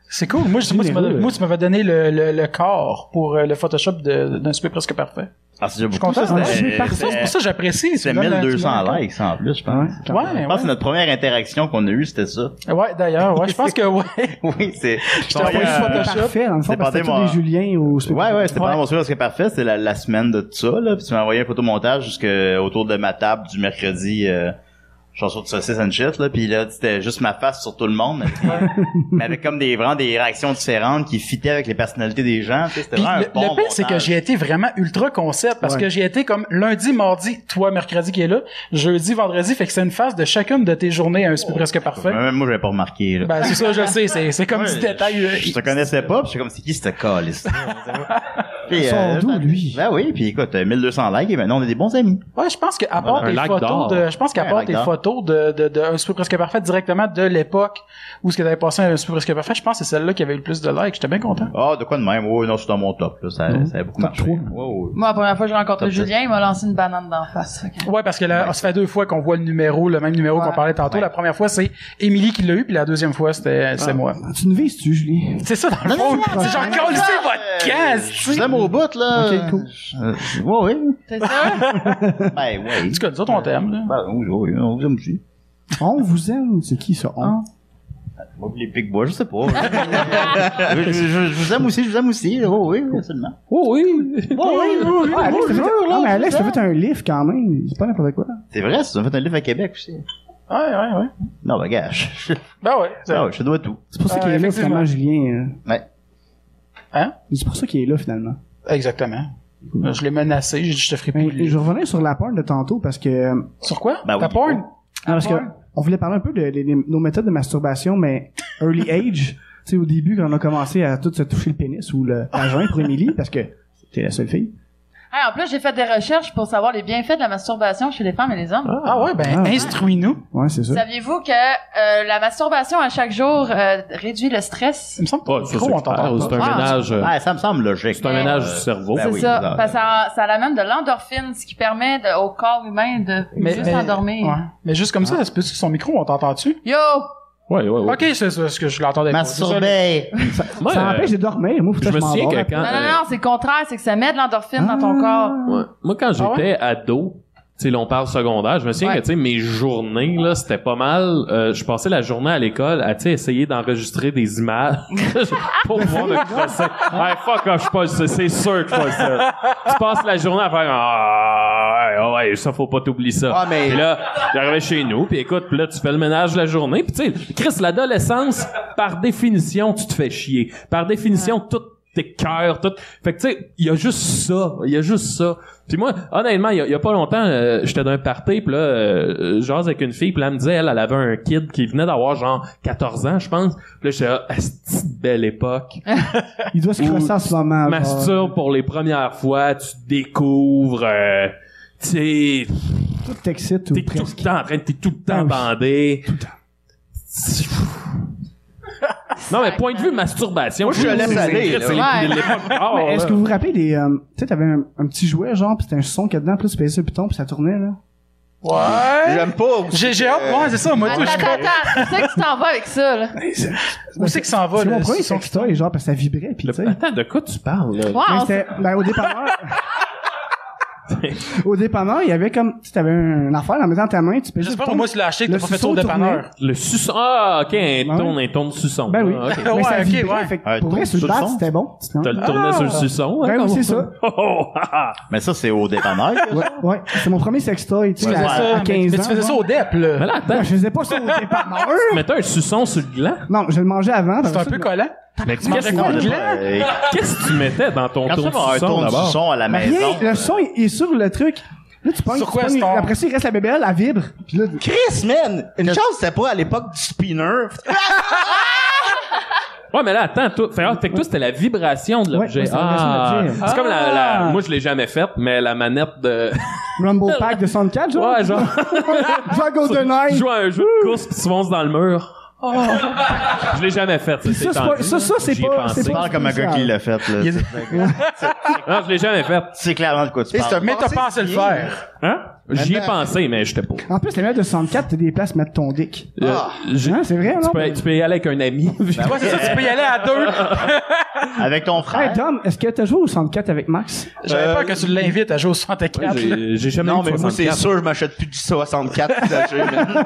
C'est cool. Moi, je- moi, tu m'as-
Généreux.
moi, tu m'avais donné le, le, le corps pour euh, le Photoshop de- d'un super presque parfait.
Ah, c'est déjà beaucoup.
content.
Ça,
Ah,
c'était-
c'est
C'est ça, c'est pour ça que j'apprécie.
c'était
Tu me donnes un-
1200
tu me donnes un-
likes, ça, en plus, je pense.
Ouais.
Je
Ouais,
pense que
ouais.
notre première interaction qu'on a eue, c'était ça.
Ouais, d'ailleurs, ouais, je pense que ouais.
Oui, c'est.
t'ai envoyé
Ouais,
sur
euh,
Photoshop.
Parfait, dans le fond,
C'est
parce que c'était
pas
tous
des
des Juliens au spectacle.
Ouais, ouais, c'était
Ouais.
pendant mon souvenir, ce qui est parfait, c'était la, la semaine de tout ça, là. Puis tu m'as envoyé un photomontage jusque autour de ma table du mercredi, euh, chanson de saucisse and shit, là. Puis là, c'était juste ma face sur tout le monde. Mais, mais avec comme des, vraiment des réactions différentes qui fitaient avec les personnalités des gens. tu sais, C'était
Puis
vraiment
le,
un bon
le pire, c'est que
montage.
j'ai été vraiment ultra concept parce
Ouais.
que j'ai été comme lundi, mardi, toi mercredi qui est là, jeudi, vendredi, fait que c'est une phase de chacune de tes journées à un super presque parfait.
Même moi, j'avais pas remarqué, là.
Ben, c'est ça, je le sais. C'est, c'est comme
Ouais,
du détail. euh,
Je te connaissais pas, puis j'étais comme, c'est qui ce calice? Puis,
Son dos,
ben-
lui.
Ben oui, puis écoute, euh, 1200 likes, et maintenant on est des bons amis.
Ouais, je pense qu'à part
Un
des
lac d'or.
photos de, je pense qu'à
Ouais, un
part
lac
des
d'or.
photos de, de, de un super presque parfait directement de l'époque où ce que t'avais passé un super presque parfait, je pense que c'est celle-là qui avait eu le plus de likes. J'étais bien content.
Ah, de quoi de même? Oh, non, c'est dans mon top, là. Ça,
Mhm.
ça a beaucoup
Top
marché.
trois.
Wow.
Moi, la première fois que j'ai rencontré
Top dix.
Julien, il m'a lancé une banane d'en face. Fait que-
Ouais, parce que là,
Ouais.
ça fait deux fois qu'on voit le numéro, le même numéro
Ouais.
qu'on parlait tantôt.
Ouais. Ah.
La première fois, c'est Émilie qui l'a eu, puis la deuxième fois, c'était, c'est moi.
Tu ne vises-tu, Julien?
C'est ça, dans le fond. C'est genre,
non,
collez
non,
votre
euh,
casse,
Je l'aime au bout, là.
Ok, cool.
Euh, ouais, ouais.
T'es sûr?
Ben, ouais.
En tout cas, nous autres, on t'aime, là.
Ben, oui, oui, on vous aime aussi.
On vous aime. C'est qui, ça? On?
Moi, pis les big bois, je sais pas. je, je- je- je vous aime aussi, je vous aime aussi. Oh, oui, absolument.
Oh oui!
Ah, Alex, t'as fait- non, mais Alex, t'as fait un livre quand même. C'est pas n'importe quoi.
C'est vrai, ça, on a fait un livre à Québec aussi.
Ouais, ouais, ouais.
Non, ben, gars, je,
Ben ouais. c'est-
ah ouais, je te dois tout.
C'est pour ça
Ah,
qu'il est là,
effectivement.
finalement, Julien. euh.
Ouais.
Hein?
C'est pour ça qu'il est là, finalement.
Exactement. Je l'ai menacé, j'ai dit, je te ferai
Mais
plus.
je
lire.
vais revenir sur la porn de tantôt parce que. euh,
Sur quoi?
Ben oui.
Ta porn?
Ah, parce que
Ouais.
on voulait parler un peu de, de- de nos méthodes de masturbation, mais early age, tu sais, au début, quand on a commencé à tout se toucher le pénis ou le vagin pour Émilie, parce que c'était la seule fille.
Hey, en plus, j'ai fait des recherches pour savoir les bienfaits de la masturbation chez les femmes et les hommes.
Ah ouais, ben,
Ah.
instruis-nous.
Ouais, c'est ça.
Saviez-vous que euh, la masturbation à chaque jour euh, réduit le stress?
Il me semble que
Oh,
le
ça, c'est
micro, on
clair.
t'entend
C'est un
Ah,
ménage. euh,
Ah, ça me semble logique.
C'est un ménage du cerveau.
ben
c'est
oui,
ça,
bizarre.
parce que ça, ça amène de l'endorphine, ce qui permet de- au corps humain de
Mais-
mieux
mais-
s'endormir.
Ouais. Mais juste comme
Ah.
ça, ça, peut-tu son micro, on t'entend-tu?
Yo!
Ouais, ouais, ouais.
Ok, c'est ça, ce que je l'entendais pas. C'est ça,
Masturbé.
Moi,
ça
euh,
empêche de dormir. Moi, faut
je
que
me
je m'en
souviens
vais.
que quand.
Non, non,
euh,
non, c'est le contraire, c'est que ça met de l'endorphine dans ton
Ah.
corps.
Ouais. Moi, quand j'étais ado, sais, là, on parle secondaire. Je me souviens
Ouais.
que, tu sais, mes journées, là, c'était pas mal. Euh, je passais la journée à l'école à, tu sais, essayer d'enregistrer des images pour pouvoir me crosser. Hey, fuck off, je suis pas le seul. C'est sûr que je suis pas le seul. Tu passes la journée à faire, ah, ouais, ouais, ça, faut pas t'oublier ça.
Ah, mais-
Puis là, j'arrivais chez nous, puis écoute, puis là, tu fais le ménage la journée. Puis, tu sais, Chris, l'adolescence, par définition, tu te fais chier. Par définition, tout tes cœurs, tout. Fait que, tu sais, il y a juste ça. Il y a juste ça. Puis moi, honnêtement, il y, a- il y a pas longtemps, euh, j'étais dans un party, puis là, euh, j'ose avec une fille, puis là, elle me disait, elle, elle avait un kid qui venait d'avoir genre 14 ans, je pense. Puis là, j'étais là, Asti de belle époque.
Il doit se crosser en ce moment. genre.
Masturbe pour les premières fois, tu te découvres, euh, tu sais,
Tout t'excite ou
t'es tout
presque.
le temps en train, t'es tout le
Ah
temps
oui.
bandé.
Tout le temps.
Non, mais point de vue masturbation.
Moi, je te laisse
c'est-
aller,
c'est-
là.
c'est
Ouais.
l'époque d'or,
Mais Est-ce
là.
que vous vous rappelez des... euh, tu sais, t'avais un, un petit jouet, genre, pis c'était un son qu'il y a dedans, puis là, tu payais sur le piton, puis ça tournait, là.
Ouais.
J'aime pas.
J'ai j'ai hâte. Ouais, c'est ça. Moi, tout,
Attends,
je
attends, attends. Tu sais que tu t'en vas avec ça, là.
Euh,
Où c'est qu'il s'en va,
C'est
là?
mon premier
son-
sextoy, genre, parce que ça vibrait, puis tu sais...
Le- Attends, de quoi tu parles, là?
Ouais,
Mais
Ah, on
c'était- ben, au dépanneur. au dépanneur, il y avait comme, tu avais une affaire en mettant ta main, tu payais.
J'espère que moi, tu l'as acheté, que
Le
t'as pas fait
suceau
tour de panneur.
Le suçon. Ah, ok, un ton, un ton de suçon.
Ben oui.
Ah, ok.
Mais
Ouais,
ça
ok,
vibrait,
ouais.
fait que
Ouais,
pour vrai,
ton-
sur le
sur le
bat,
son.
c'était bon. tu sais.
T'as le tourné
Ah!
sur le suçon.
Ben
hein,
oui,
comme-
c'est ça.
Oh, oh, ah, ah.
Mais ça, c'est au dépanneur.
Ouais, ouais. C'est mon premier sextoy, tu sais,
Tu faisais
à,
ça,
à
mais-
15
mais
ans.
tu faisais ça au DEP,
Mais
là.
là,
Non,
attends,
je faisais pas ça au dépanneur.
tu mettais un suçon sur le gland?
Non, je le mangeais avant.
C'est un peu
comme
collant.
Mais
mangeais
qu'est-ce
quoi,
que-
le gland?
Euh,
qu'est-ce que tu mettais dans ton
Quand
ton
ça
de
va un
suçon,
tour du
d'abord?
son à la maison.
Rien, le son est est sur le truc. Là, tu pognes,
Sur
tu
quoi,
pognes,
Star?
Après ça, il reste la bébelle, elle vibre. Puis là,
Chris, man! Une chance, c'était pas à l'époque du spinner.
Ouais, mais là, attends, toi, fait, ah, fait que toi, c'était la vibration de
Ouais,
l'objet.
ouais, c'est la Ah.
ah,
vibration de l'objet.
c'est comme la, la, moi, je l'ai jamais faite, mais la manette de,
Rumble Pack de 64, genre.
ouais, genre,
Genre
tu
GoldenEye.
joues à un jeu de course pis tu fonces dans le mur. je l'ai jamais faite, ça,
Ah. ça, c'est
c'est
pas-
tendu.
ça, ça, c'est
J'y ai
pas-
pensé.
c'est
Tu
pas-
parles comme un gars qui l'a fait, là. Tu
Non, je l'ai jamais faite.
sais clairement de quoi tu
Et c'est
parles.
un-
Mais t'as
Pensez
pensé le
bien.
faire.
Hein? J'y ai
Attends.
pensé, mais j'étais pas.
En plus, les mecs de 64, t'as des places pour mettre ton dick.
Euh,
Ah.
j'ai-
Hein, c'est vrai,
tu,
non?
peux, tu peux y aller avec un ami.
Ben
Tu vois, c'est ça, tu peux y aller à deux.
Avec ton
Hey,
frère.
Tom, est-ce que t'as joué au 64 avec Max?
J'avais
Euh,
peur que tu l'invites à jouer au
Ouais,
64. là.
j'ai- J'ai jamais
Non,
eu
mais
de
moi, c'est
64.
sûr, je m'achète plus du 64 usagé, man.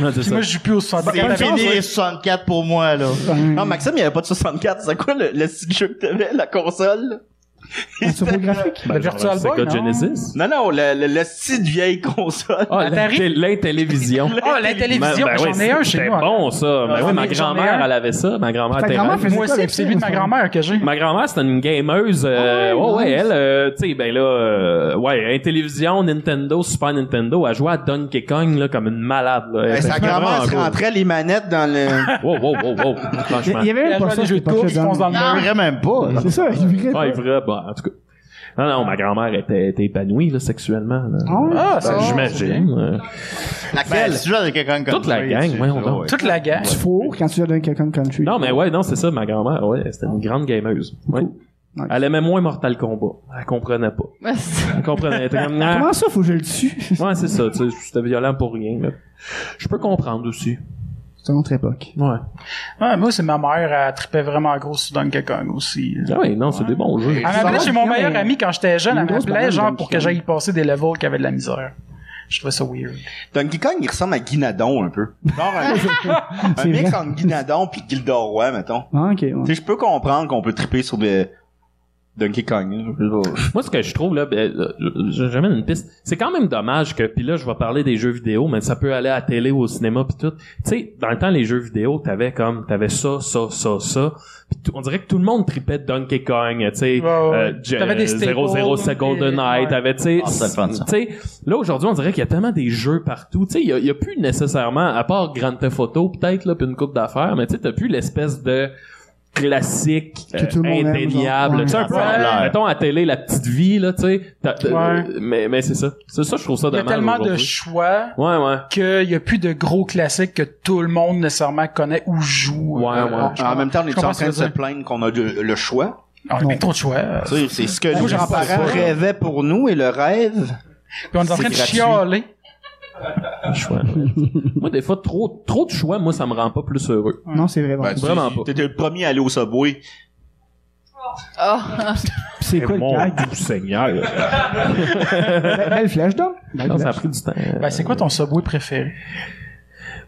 Non, c'est
Puis
ça.
moi, je joue plus au
C'est
64.
fini
hein.
les 64 pour moi, là.
Non, Maxime, il y avait pas de 64. C'est quoi le, le petit jeu que t'avais, la console?
Un turbo-graphique?
Le Virtual
C'est
Boy,
quoi,
non?
Genesis?
Non, non, le, le, le style vieille console.
Ah, la
Atari?
té- l'intélévision.
Ah, la télévision,
Ben, ben
j'en
oui,
ai un
c'était
chez moi.
bon, ça. Ben
J'en
oui, ma
ai- Ah, j'en ai
grand-mère,
un.
elle avait ça. Ma grand-mère
Ta
était
grand-mère faisait
Ah, Moi
quoi
aussi,
avec
c'est
ça,
lui de ma
ça?
grand-mère que j'ai.
Ma grand-mère, c'était une gameuse. Euh,
Ah ouais,
ouais, ouais,
nice.
elle, euh, tu sais, ben là, euh, ouais, télévision, Nintendo, Super Nintendo, elle jouait à Donkey Kong là comme une malade. Là. Elle
Ben, sa
était
grand-mère
vraiment
se
gros.
rentrait les manettes dans le...
Wow, wow, wow, wow,
Il
franchement.
il y avait
Elle
même pas
joue à
ça,
des jeux de
c'était pas
course,
que
qui se
dalle.
fonce dans le
Non.
mur.
Je même pas.
C'est ça, il vibrait
Ouais,
pas.
vrai, bah, en tout cas. Non, non, ma grand-mère était, était épanouie là, sexuellement. Là.
Ah ouais?
Ah, ça
Ben,
joue.
J'imagine. euh,
Laquelle?
Ben, si tu joues avec quelqu'un comme
Toute la
ça,
gang,
tu-
voyons
ouais,
donc.
ouais.
Toute la gang.
Tu fourres quand tu viens d'un quelqu'un de country.
Non, mais ouais, non, c'est ça, ma grand-mère. Ouais, c'était une grande gameuse. Ouais.
Nice.
Elle aimait moins Mortal Kombat. Elle comprenait pas. Elle comprenait. Elle était comme, Ah,
Comment ça, faut que je le tue?
Ouais, c'est ça, tu sais, c'était violent pour rien, là. Je peux comprendre aussi.
C'est une autre époque.
Ouais.
Ouais, moi, c'est ma mère, elle trippait vraiment gros sur Donkey Kong aussi. là.
Ah ouais, non, c'est des bons jeux.
Elle m'appelait
va
chez mon
bien,
meilleur
mais-
ami quand j'étais jeune, elle
Une grosse
m'appelait
banane,
genre
Donkey
pour que
Kong.
j'aille passer des levels qui avaient de la misère. Je trouvais ça weird.
Donkey Kong, il ressemble à Guinadon un peu. Genre un, un
C'est
mix
vrai.
entre Guinadon pis Gildoroy, mettons.
Ah, ok, ouais.
Tu sais, je peux comprendre qu'on peut triper sur des Donkey Kong. hein. Je sais pas.
Moi, ce que je trouve, là, ben, euh, je- je- j'amène une piste. C'est quand même dommage que, puis là, je vais parler des jeux vidéo, mais ça peut aller à la télé ou au cinéma puis tout. Tu sais, dans le temps, les jeux vidéo, t'avais comme, t'avais ça, ça, ça, ça. Puis tout- on dirait que tout le monde tripait de Donkey Kong, tu
Ouais,
sais,
ouais.
euh, Je-
T'avais des staples,
007 Golden
ouais.
Knight, t'avais, tu sais,
Ah, c'est le fun, ça.
tu sais, là, aujourd'hui, on dirait qu'il y a tellement des jeux partout. Tu sais, il y a- il y, a plus nécessairement, à part Grand Theft Auto, peut-être, là, puis une coupe d'affaires, mais tu sais, t'as plus l'espèce de classique,
Que
euh,
tout le monde aime,
indéniable.
genre.
Tu sais, un peu,
Ouais.
à- mettons, à télé, la petite vie, là, tu sais. t'as- t'as-
Ouais.
Mais, mais c'est ça. C'est ça, je trouve ça
Il y a
dommage.
tellement de
aujourd'hui.
choix
Ouais, ouais.
qu'il y a plus de gros classiques que tout le monde nécessairement connaît ou joue.
Ouais,
Euh, bon,
ouais.
je
Ah, En
comprends-
même temps, on
je
est
comprends
en
ce que
train
tu
de
veux dire.
se plaindre qu'on a de- le choix.
Ah, il y a bien trop de choix.
Tu sais, C'est ce que
Moi,
nos
j'en parle
parents
pas, là.
rêvaient pour nous et le rêve.
Puis on est en train de
gratuit.
chialer.
Un choix, ouais. moi, des fois, trop, trop de choix, moi, ça me rend pas plus heureux.
Non, c'est vrai. bon.
Ben, tu-
Vraiment pas.
T'étais le premier à aller au Subway.
Ah.
Pis c'est quoi le
Mon
gag?
doux Seigneur.
Belle, Ben, belle flash d'homme. Belle
Non, ça a
flash.
pris du temps.
Ben, c'est quoi ton subway préféré?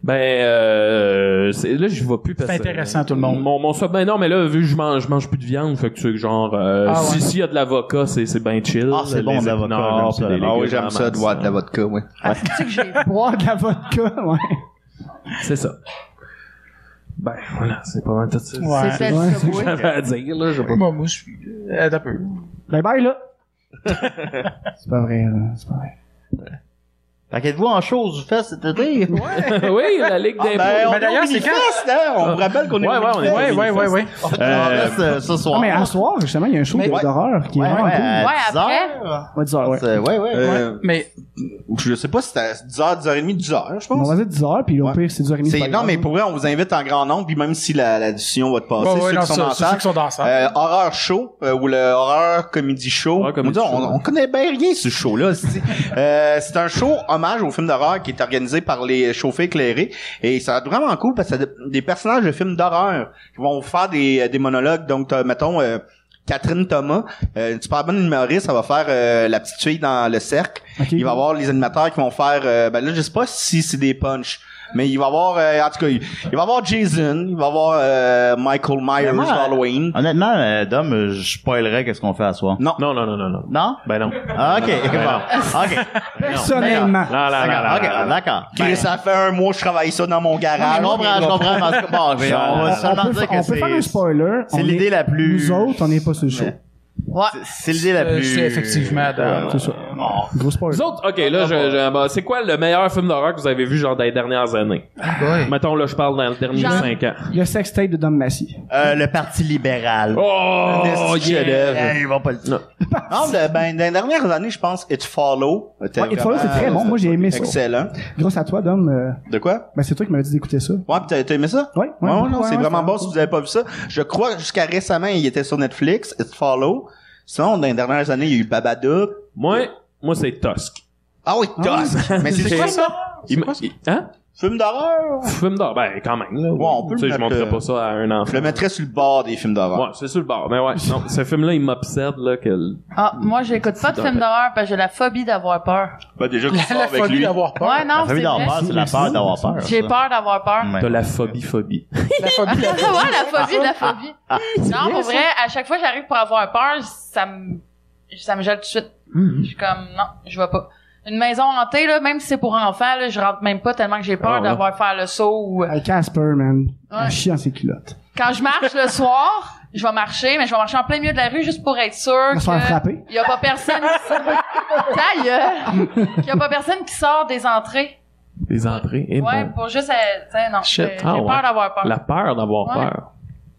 Ben, euh, c'est- là, je vois plus parce
C'est intéressant, tout le monde.
Mon, mon sub- ben non, mais là, vu que je mange, je mange plus de viande, fait que tu sais, genre, euh,
Ah ouais.
si, s'il y a de l'avocat, c'est, c'est ben chill.
Ah, c'est
Les
bon, de l'avocat,
épinards,
j'aime ça.
puis les
Ah oui,
légumes
j'aime
en
ça, de
masse,
boire de
hein.
la vodka, ouais.
Ah, c'est-tu que j'ai...
Boire Oh, de la vodka, ouais.
C'est ça. Ben, voilà, c'est pas mal tout ça.
Ouais.
C'est celle
ouais,
du Subway.
J'avais à dire, là, j'ai pas-
Moi, moi, je suis. euh, Attends un peu.
Bye Ben, bye, là. c'est pas vrai, là. C'est pas vrai.
T'inquiète-vous en chose, vous faites cet été? Ouais,
oui, la Ligue
Ah,
d'impôts.
ben, on
Mais d'ailleurs,
est
c'est
c'est hein? On vous rappelle qu'on est
Ouais, ouais, on est-
au
Ouais, Oh, ouais, ouais, ouais.
Minifest. On reste euh,
ah,
ce soir.
Non, Ah, mais à soir, justement, il y a un show
Mais-
de- d'horreur qui est
Ouais,
vraiment
ouais,
cool.
à
Ouais,
10
après.
heures.
On va dire, ouais.
Euh, Ouais, ouais,
Ouais.
ouais.
Mais
Je sais pas si c'était à 10h, 10h30, 10h, je
On
pense.
va dire 10h, puis au
Ouais.
pire, c'est du
C'est- non, mais pour vrai, on vous invite en grand nombre, puis même si la, la décision va te passer,
Ouais, ouais, non,
Ah, ceux, qui sont
ça,
dans la
ceux
salle,
qui sont dans la salle.
euh, horreur show, euh, ou le horreur comedy show.
hein. Horreur comedy
on, dit, on-
show, ouais.
on connaît bien rien, ce show-là. c'est- euh, c'est un show hommage au film d'horreur qui est organisé par les chauffés éclairés, et ça va être vraiment cool parce que c'est des personnages de films d'horreur qui vont vous faire des, des monologues, donc, t'as, mettons, euh, Catherine Thomas, euh, une super bonne humoriste, ça va faire euh, la petite fille dans le cercle. Il va y avoir les animateurs qui vont faire euh, ben là je sais pas si c'est des punchs mais il va y avoir euh, en tout cas il, il va y avoir Jason, il va y avoir euh, Michael Myers
Vraiment, euh,
Halloween.
Honnêtement, euh, Dom, euh, je spoilerais qu'est-ce qu'on fait à soir.
Non.
Non, non, non, non, non.
Non?
Ben non.
Ah, ok,
Ben non.
bon. Ok.
Personnellement.
Là, là, là, là,
D'accord,
là,
ok,
là.
d'accord.
Chris, ça fait un mois que je travaille ça dans mon
Ah,
garage.
je comprends, je comprends. mais en tout cas, bon, mais on
On,
va seulement
peut,
dire
on
que
peut faire un
c'est...
spoiler.
c'est
on
l'idée
est-
la plus-
Nous autres, on n'est pas sur le show.
Mais-
Ouais.
c'est- C'est l'idée la
Euh,
plus...
c'est effectivement de-
Euh,
C'est ça. Gros spoiler.
Vous autres, ok, là, je, je- bah, c'est quoi le meilleur film d'horreur que vous avez vu genre dans les dernières années? Mettons, là, je parle dans les derniers
Genre-
5 ans.
Le sextape de Dom Massy.
euh, le Parti libéral.
Oh,
Un esti de chef-d'œuvre.
yeah.
Eh, Ils vont pas le dire.
Non, de- ben, dans les dernières années, je pense It Follow. euh,
Ouais, It Follow, c'est très bon. Moi, j'ai aimé ça.
Excellent.
Grâce à toi, Dom, euh,
De quoi?
ben, c'est toi qui m'avais dit d'écouter ça.
Ouais, pis t'as t'as aimé ça?
Ouais, ouais,
Ouais,
ouais,
non,
ouais,
c'est vraiment
c'est
bon
cool.
si vous avez pas vu ça. Je crois que jusqu'à récemment, il était sur Netflix, It Follow. Sinon, dans les dernières années, il y a eu Babadook.
Moi, moi, c'est Tusk.
Ah oui, Tusk! Mais c'est
C'est
quoi
quoi
ça?
Il me- il- Hein?
Film d'horreur?
Film d'or, ben quand même. Là,
Ouais, on peut
Tu sais,
le
je
mettre,
montrerai
euh,
pas ça à un
Je
enfant.
le mettrais sur le bord des films d'horreur.
Ouais, c'est sur le bord. Mais ouais, non, ce film-là, il m'obsède là que. le-
Ah, moi, j'écoute pas de films d'horreur parce que j'ai la phobie d'avoir peur.
Bah, déjà que tu sors
la
avec
folie
lui.
d'avoir peur.
Ouais, non,
La
c'est
famille
vrai.
d'horreur, c'est la peur d'avoir peur.
J'ai
ça. Mm.
peur d'avoir peur.
Ouais.
T'as la phobie phobie.
La phobie
ouais,
de la
la phobie, la phobie. non,
bien,
pour vrai, à chaque fois que j'arrive pour avoir peur, ça me, ça me gèle tout de suite. Je suis comme, non, je vais pas. Une maison hantée, là, même si c'est pour enfants, là, je rentre même pas tellement que j'ai peur
Ah, ouais.
d'avoir faire le saut ou, euh,
Hey, Casper, man. Un
Ouais.
chien, ses culottes.
quand je marche le soir, je vais marcher, mais je vais marcher en plein milieu de la rue juste pour être sûr
On va se faire
que
frapper.
il y a pas personne qui Ta gueule! Il y a pas personne qui sort des entrées.
Les entrées. Eh,
Ouais,
mon-
pour juste, euh, t'sais, non.
Shit.
J'ai j'ai
Ah,
peur
ouais.
d'avoir peur.
La peur d'avoir
Ouais.
peur.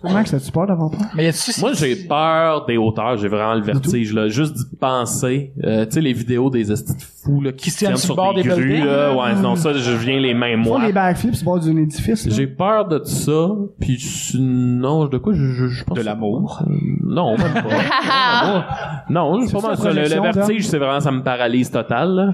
Comment que ça tu peur d'avoir peur?
Mais y a-tu
Moi, j'ai peur des hauteurs. J'ai vraiment le vertige là. Juste d'y penser. Euh, tu sais les vidéos des estis de fous là qui se tiennent sur,
le bord
des,
des
grues
buildings.
là. Ouais, non ça, je viens les mains
Ils font
moi.
des backflips sur le bord d'un édifice. là.
J'ai peur de ça, puis sinon, de quoi je, je, je pense...
De l'amour.
Euh, Non, même pas. Non,
Ah,
l'amour. non, je
C'est
pas
ça,
mal ça. Le, le
projection,
vertige, c'est vraiment, ça me paralyse total. là.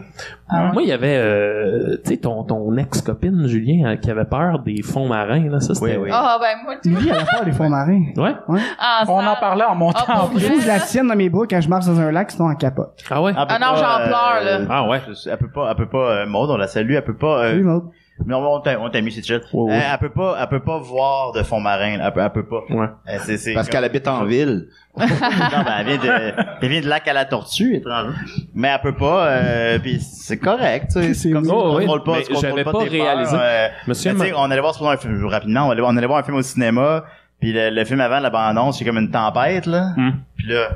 Moi, il y avait, euh, tu sais, ton, ton ex-copine, Julien, euh, qui avait peur des fonds marins, là, ça, c'était...
Oui, oui.
Ah, ben, moi, tout.
Lily, elle a peur des fonds marins.
Ouais?
Ah,
On
ça-
en parlait en montant
Ah,
en
pour
Il
plus.
faut que je la tienne dans mes bras quand je marche dans un lac, sinon elle capote.
Ah ouais?
Ah non, j'en pleure, là.
Ah ouais?
euh, Elle peut pas, elle peut pas, euh, Maud, on la salue, elle peut pas, euh,
Salut, Maud.
mais on on t'a, on t'a mis, c'est chill.
Ouais, ouais.
Euh, Elle peut pas, elle peut pas voir de fond marin, elle peut, elle peut pas.
Ouais.
Euh, c'est- c'est-
Parce qu'elle habite en ville.
non, ben, elle vient de, elle vient de lac à la tortue, étrangement. Mais elle peut pas, euh, pis c'est correct, tu sais.
C'est
comme ça,
mignon.
tu
Oh, oui.
contrôles pas,
Mais
tu contrôles
j'avais
pas,
pas
tes peurs,
réalisé.
euh,
Monsieur,
Mais tu sais, on allait voir souvent un film, rapidement, on allait, voir- on allait voir un film au cinéma, puis le, le film avant la bande-annonce, c'est comme une tempête, là.
Hmm.
Puis là,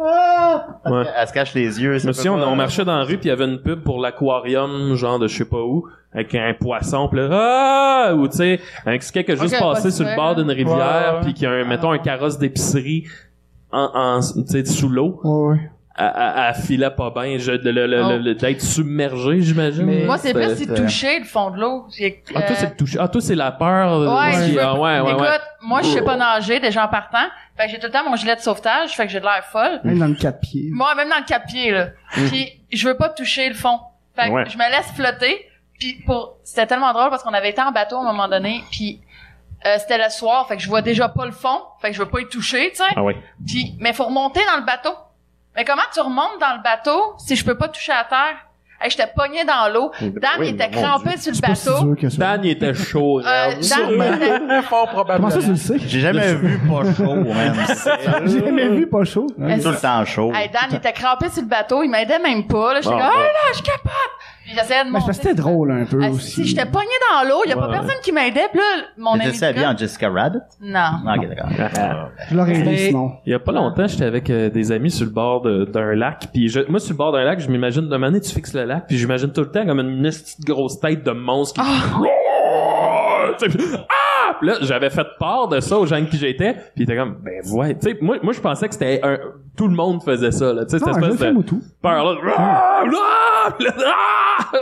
ah,
Ouais.
elle se cache les yeux. ça
Monsieur,
peut
on,
pas- euh,
on marchait dans la rue, puis il y avait une pub pour l'aquarium, genre de je sais pas où, avec un poisson, puis là, ah! Ou tu sais, un petit quelqu'un qui a juste
Ok,
passé
pas hein.
sur le
sûr.
bord d'une rivière,
ouais.
puis qui a, un, mettons, un carrosse d'épicerie en, en, tu sais, sous l'eau,
Ouais, ouais.
elle- elle elle filait pas bien, je- le- le- le-
Oh.
le- le- d'être submergé, j'imagine.
Mais-
Moi, c'est plus si
si
touché le fond de l'eau. J'ai-
euh, Ah, toi,
euh,
c'est touché. Ah, toi, c'est la peur. euh,
Ouais,
aussi.
je veux-
Ah, ouais, ouais,
Écoute,
ouais.
moi, je sais pas nager, déjà en partant. Fait que j'ai tout le temps mon gilet de sauvetage, fait que j'ai de l'air folle.
Même dans le quatre pieds.
Moi, même dans le cap-pied, là.
Mm.
Puis, je veux pas toucher le fond. Fait que
Ouais.
je me laisse flotter. Puis, pour... c'était tellement drôle parce qu'on avait été en bateau à un moment donné. Puis, Euh, c'était le soir, fait que je vois déjà pas le fond, fait que je veux pas y toucher, tu sais.
Ah oui.
Puis, mais faut remonter dans le bateau. Mais comment tu remontes dans le bateau si je peux pas toucher à terre? Hey, j'étais pogné dans l'eau. Dan,
oui,
il était
mon
crampé sur le
C'est pas si
bateau.
dur que ça.
Dan, il était chaud.
Euh,
raide.
Dan, il était-
Fort probablement.
Comment ça, tu le sais?
J'ai jamais vu pas chaud, man.
J'ai jamais vu pas chaud.
Mais
Tout le temps chaud.
Hey, Dan, il était crampé sur le bateau, il m'aidait même pas, là. J'étais
Bon,
comme,
bon.
oh là, je capote! Puis j'essayais de
Mais
monter.
c'est parce que c'était drôle un peu
Ah,
aussi.
Si j'étais pogné dans l'eau, il y a pas
Ouais.
personne qui m'aidait, puis là, mon ami.
Mais T'étais-tu
de
habillé
gars-
en Jessica Rabbit?
Non.
Ah, Ok, d'accord.
Je l'aurais aidé
Mais-
sinon.
Il y a pas longtemps, j'étais avec euh, des amis sur le bord de- d'un lac, puis je- moi sur le bord d'un lac, je m'imagine de manière tu fixes le lac, puis j'imagine tout le temps comme une petite grosse tête de monstre qui Tu sais, puis- ah! Puis là, j'avais fait part de ça aux gens avec qui j'étais, puis ils étaient comme ben ouais, tu sais moi moi je pensais que c'était un tout le monde faisait ça là, tu sais cette
Non, un
espèce
jeu
de
film ou tout.
peur là. Ah! Ah! Ah!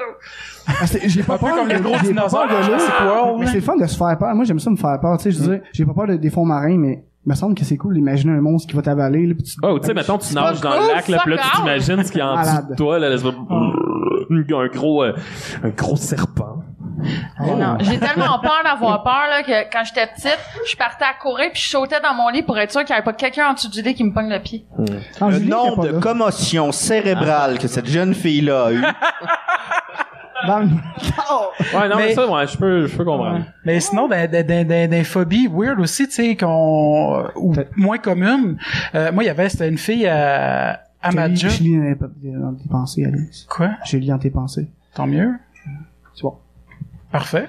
Ah, c'est- j'ai pas
Un peu
peur
comme
de-
les gros
j'ai pas
dinosaures
peur
de Jurassic World,
Mais
là.
c'est le fun de se faire peur. Moi, j'aime ça me faire peur. Tu sais, je veux dire, j'ai pas peur de- des fonds marins, mais il me semble que c'est cool d'imaginer un monstre qui va t'avaler. là, puis tu-
Oh, tu sais, mettons, tu nages
pas
dans le
cool,
lac, là, puis là,
fuck
tu
off.
t'imagines ce qu'il y a en dessous de
Malade.
toi, là, là, c'est pas- un gros, euh, un gros serpent.
Ah, Oh.
Non, j'ai tellement peur d'avoir peur là, que quand j'étais petite, je partais à courir puis je sautais dans mon lit pour être sûr qu'il n'y avait pas quelqu'un en dessous du lit qui me pogne le pied.
Ah,
Le
Julie était
nombre
pas
de
là.
commotions cérébrales que cette jeune fille-là a eu.
Dans le- Oh.
Ouais, non, mais,
Mais-
ça, ouais, je peux, je peux comprendre.
Mais sinon, dans des, des, des, des phobies weird aussi, tu sais, qu'on, euh, ou moins communes. euh, moi, il y avait, c'était une fille à, à ma
Julie-
job.
Julie n'avait pas euh, dans tes pensées, Alice.
Quoi?
Julie dans tes pensées.
Tant mieux.
C'est bon.
Parfait.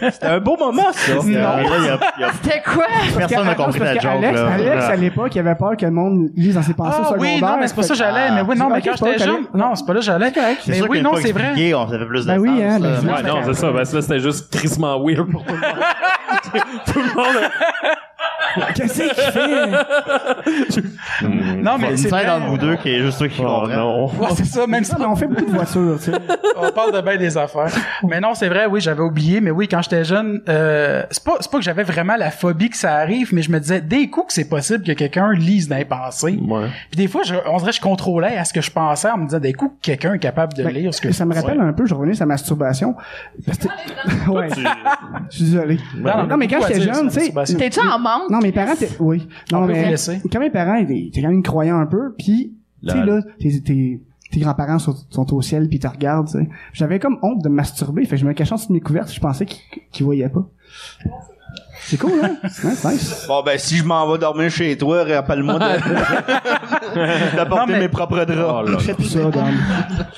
C'était un beau moment, ça.
Non.
Là, il y a- il y a-
C'était quoi?
Personne n'a compris la
parce
joke,
que Alex,
là.
Alex, à l'époque, il avait peur que le monde lise dans ses pensées
Ah
secondaires.
oui, non, mais c'est pas ça que j'allais. Mais oui, non,
Ah,
mais
ok,
quand
c'est pas
j'étais
là
jeune,
que t'allais.
non, c'est pas là que j'allais.
C'est
Mais
sûr
oui,
qu'une
non,
fois
c'est vrai.
expliqué, on- ça fait plus de
Ben oui,
sens,
hein, ben
là.
sinon,
Ouais,
c'est
non,
correct.
c'est ça. Ben, ça, c'était juste crissement weird pour tout le monde. tout le monde.
Qu'est-ce qu'il fait?
Non, mais c'est
une
vrai.
scène entre vous deux qui est juste ceux qui
Oh
comprennent.
non.
Ouais, c'est ça, même si
Non, mais on fait beaucoup de voitures, tu sais.
on parle de bien des affaires. Mais non, c'est vrai, oui, j'avais oublié, mais oui, quand j'étais jeune, euh, c'est pas, c'est pas que j'avais vraiment la phobie que ça arrive, mais je me disais des coups que c'est possible que quelqu'un lise dans les pensées.
Ouais.
Puis des fois, je, on dirait que je contrôlais à ce que je pensais en me disant des coups que quelqu'un est capable de
Ben,
lire ce que
Et ça me
je pensais.
rappelle un peu, je revenais sur la masturbation. Parce que- ouais. Je suis désolé.
Ben non,
non, mais quand
beaucoup à
j'étais
dire sur
jeune,
la
tu sais.
masturbation.
T'es-tu en manque?
Non, mes parents étaient. Oui.
On
Non,
peut vous
mais.
laisser.
Quand mes parents étaient étaient quand même croyants un peu, puis. Tu sais,
Lol.
là, tes, tes, tes grands-parents sont, sont au ciel, puis ils te regardent, tu sais. J'avais comme honte de me masturber, fait que je me cachais en dessous de mes couvertes, je pensais qu'ils qu'ils voyaient pas. C'est cool, hein? Hein, c'est nice.
Bon, ben, si je m'en vais dormir chez toi, rappelle-moi de-
Non,
d'apporter
mais-
mes propres draps.
Tout ça, dans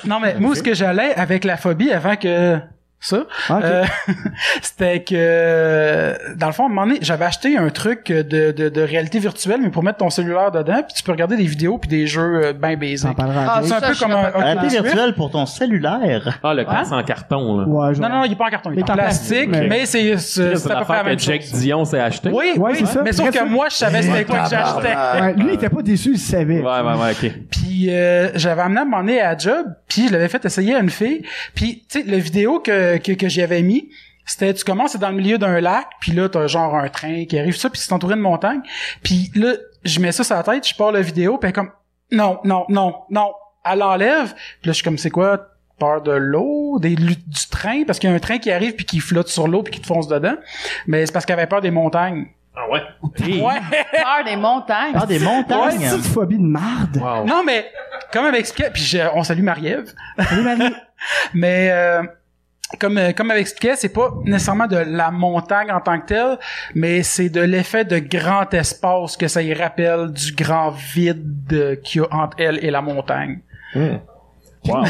Non, mais moi, où ce que j'allais avec la phobie avant que ça,
Ah, ok.
euh, c'était que dans le fond, à un moment donné, j'avais acheté un truc de, de, de réalité virtuelle, mais pour mettre ton cellulaire dedans, puis tu peux regarder des vidéos puis des jeux euh, ben
T'en
basiques.
parleras à
Ah,
Jake.
C'est un
Ça,
peu
je
comme
serais
un
pas
Oculus
Réalité
Rift.
virtuelle pour ton cellulaire.
Ah, le casse en carton, là.
Ouais, genre.
Non, non, il est pas en carton, il
Mais
est en
t'en
plastique,
plastique,
mais c'est c'est c'est
C'est une
à peu près la
affaire
même
que
chose.
Jack Dion s'est acheté.
Oui,
Ouais,
oui,
c'est ça.
mais sauf que
Bref,
moi, je savais c'était quoi que j'achetais.
Ouais, lui, il était pas déçu, il savait.
Ouais, ouais, ouais, ok.
Puis euh, j'avais amené à un moment donné à la job, puis je l'avais fait essayer à une fille. Puis tu sais, le vidéo que que, que j'y avais mis, c'était tu commences dans le milieu d'un lac, puis là t'as genre un train qui arrive ça, puis c'est entouré de montagnes. Puis là, je mets ça sur la tête, je pars la vidéo, puis elle est comme non, non, non, non, elle l'enlève. Puis là je suis comme c'est quoi peur de l'eau, des lu- du train parce qu'il y a un train qui arrive puis qui flotte sur l'eau puis qui te fonce dedans. Mais c'est parce qu'elle avait peur des montagnes.
Ah ouais.
Ouais.
Peur des montagnes.
Ah, des montagnes!
hein.
Petite phobie de marde.
Wow.
Non mais comme elle m'expliquait, puis j'ai- on salue Marie-Ève.
Salut, Marie.
Mais euh, comme euh, comme elle expliquait, c'est pas nécessairement de la montagne en tant que telle, mais c'est de l'effet de grand espace que ça y rappelle du grand vide euh, qu'il y a entre elle et la montagne.
Hmm. Wow.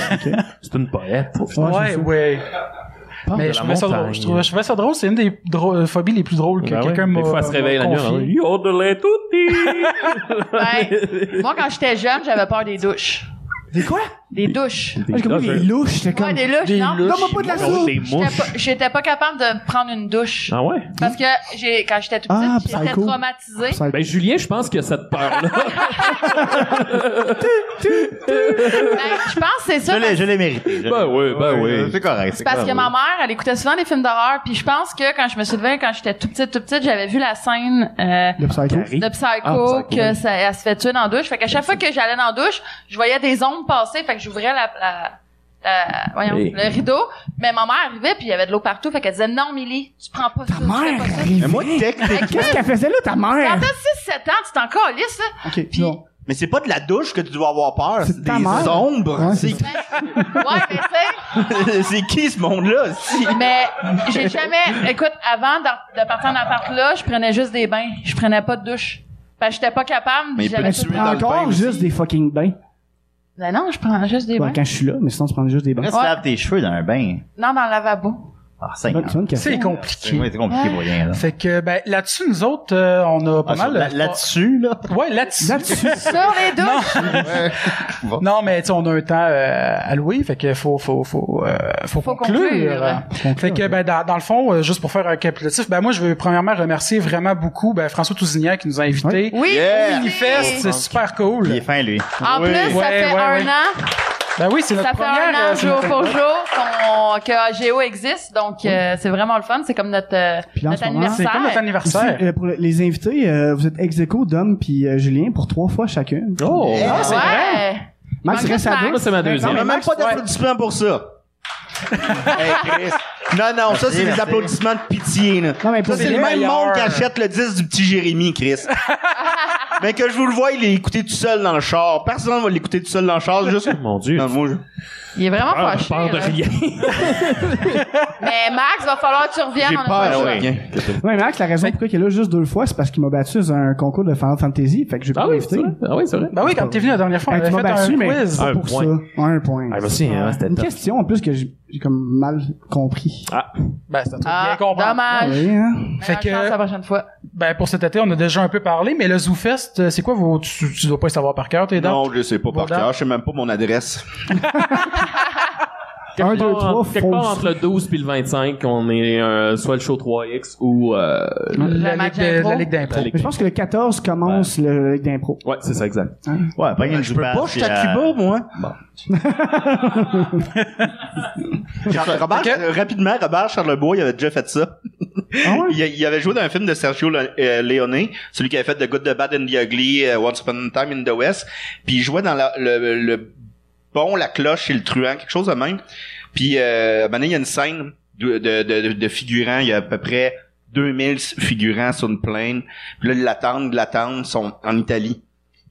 C'est une poète.
Ouais, c'est
ouais,
ça.
ouais.
Parle de
Mais
la
je trouvais ça drôle.
montagne.
Je trouvais, je trouvais ça drôle. C'est une des drôles- phobies les plus drôles que
Ben ouais.
quelqu'un m'a.
Des fois, elle se réveille la nuit.
confié.
en Yodelet tutti!
Ouais. Moi, quand j'étais jeune, j'avais peur des douches.
Des quoi?
Des douches.
Moi, Ah, j'ai compris des louches, j'étais
Ouais,
comme.
des louches, non?
Donne-moi pas de la soupe!
Des
J'étais
mouches.
pas- J'étais pas capable de prendre une douche.
Ah ouais?
Parce que j'ai quand j'étais toute
Ah,
petite, j'étais
psycho.
traumatisée.
Ça-
Ben, Julien, je pense qu'il y a cette peur-là.
Ben, je pense que c'est
Je
ça.
l'ai, je l'ai mérité. Je
Ben
l'ai-
oui, ben oui.
C'est correct.
C'est parce que ma mère, elle écoutait souvent des films d'horreur, puis je pense que quand je me suis levée, quand j'étais tout petite, tout petite, j'avais vu la scène euh,
Le psycho.
de Psycho,
Ah, Psycho,
que ça, elle se fait tuer dans la douche. Fait qu'à chaque fois que j'allais dans la douche, je voyais des ombres passer, fait que j'ouvrais la, la, la- voyons,
Hey.
le rideau. Mais ma mère arrivait, puis il y avait de l'eau partout. Fait qu'elle disait, non, Millie, tu prends pas ça.
Ta
tu fais
mère
pas ça.
arrivait.
Mais moi, techniquement,
Qu'est-ce qu'elle faisait là, ta mère?
Quand t'as 6-7 ans, tu t'es encore lisse, là.
Ok,
Puis-
non.
mais c'est pas de la douche que tu dois avoir peur,
C'est
c'est
de
des
ta mère.
ombres.
Ouais,
c'est
c'est
Ouais, mais tu sais.
c'est qui ce monde-là? si?
Mais j'ai jamais. Écoute, avant d'en- de partir en appart là, je prenais juste des bains. Je prenais pas de douche. Parce que j'étais pas capable. puis
Mais il peut
j'avais
te
tout le
tuer
temps-
dans le bain
Encore
aussi.
juste des fucking bains.
Ben non, je prends juste des
Ouais,
bains.
quand je suis là, mais sinon, tu prends juste des bains.
Reste
Ouais.
lave tes cheveux dans un bain.
Non, dans le lavabo.
Ah, c'est
Bonne- bonne question.
C'est
C'est
compliqué.
ouais, c'est compliqué pour rien, là.
Fait que, ben, là-dessus, nous autres, euh, on a pas
Ah, sur-
mal.
là- Là-dessus, là.
Ouais, là-dessus.
Là-dessus,
Sur les douches.
Non, mais tu sais, on a un temps euh, alloué, fait que faut faut faut euh, faut,
Faut
conclure.
conclure, hein.
Fait que ben dans, dans le fond, euh, juste pour faire un capitulatif, ben moi je veux premièrement remercier vraiment beaucoup ben François Tousignan qui nous a invités.
Oui.
Yeah.
oui.
Minifest, c'est super cool.
Il est fin, lui.
En
Oui.
plus, ça
Ouais,
fait
ouais,
un
ouais.
an,
Ben oui, c'est notre
ça fait
première.
un an
euh, c'est
jour
notre-
pour jour qu'on- que AGO existe, donc euh, c'est vraiment le fun. C'est comme notre, euh,
Puis là, en
notre
ce moment,
C'est
anniversaire.
comme notre
Aussi,
anniversaire.
euh, pour le- les invités, euh, vous êtes ex aequo, Dom puis euh, Julien pour trois fois chacun.
Oh!
Ah, c'est
ouais.
vrai.
Max
manque
reste
juste
à deux.
Max.
Là, c'est ma
Non,
deuxième.
mais
On a même
Max,
pas d'applaudissements pour ça. Hey, Chris. Non, non, ça, c'est des
merci.
applaudissements de pitié, là.
Non, mais pour
Ça, c'est le
vrai,
même monde qui
meilleur.
achète le 10 du petit Jérémy, Chris. Mais que je vous le vois, il est écouté tout seul dans le char. Personne va l'écouter tout seul dans le char, juste.
Mon Dieu.
Non, moi, je-
Il est vraiment
Ah,
fâché. hein.
peur de
là.
rien.
Mais Max, va falloir que tu reviennes.
J'ai
on a
peur,
pas le choix.
ouais.
Ouais, Max, la raison pour laquelle il est là juste deux fois, c'est parce qu'il m'a battu dans un concours de Final Fantasy, fait que j'ai
Ah
pas
oui, c'est
invité.
vrai. Ah oui, c'est vrai.
Ben oui, quand t'es venu la dernière fois, on
Hey, tu
avait
m'as
fait un
battu, mais Ah,
quiz.
pas
Un
pour
point.
ça. Un point.
Ah, merci, hein, c'était
Une
top.
question en plus que j'ai j'ai comme mal compris.
Ben c'était trop
Ah,
bien compris.
dommage.
Oui, hein?
Mais
Fait
on change
que-
la prochaine fois.
Ben pour cet été, on a déjà un peu parlé, mais le ZooFest, euh, c'est quoi vos tu, tu dois pas le savoir par cœur, t'es dans
Non, je sais pas par
Bon,
cœur. Je sais même pas mon adresse.
Un,
Quelque
deux,
part en-
trois,
Quelque part
fausse.
entre le 12 puis le 25, on est euh, soit le show 3X ou... euh,
la,
Le
ligue
match
de-
d'impro.
la ligue d'impro.
La ligue.
Mais je pense que le 14 commence le Ligue d'impro.
Ouais, c'est ça, exact.
Ouais, pas une
Je peux pas, je suis à Cuba, moi. Robert,
Ok.
euh, rapidement, Robert Charlebois, il avait déjà fait ça.
Ah ouais?
Il, a- il avait joué dans un film de Sergio Le- euh, Leone, celui qui avait fait The Good, the Bad and the Ugly, euh, Once Upon a Time in the West. Puis il jouait dans la- le, le bon, la cloche et le truand, quelque chose de même. Puis euh, maintenant, il y a une scène de, de, de, de figurants. Il y a à peu près 2000 figurants sur une plaine. Puis là, ils l'attendent, ils l'attendent, ils sont en Italie.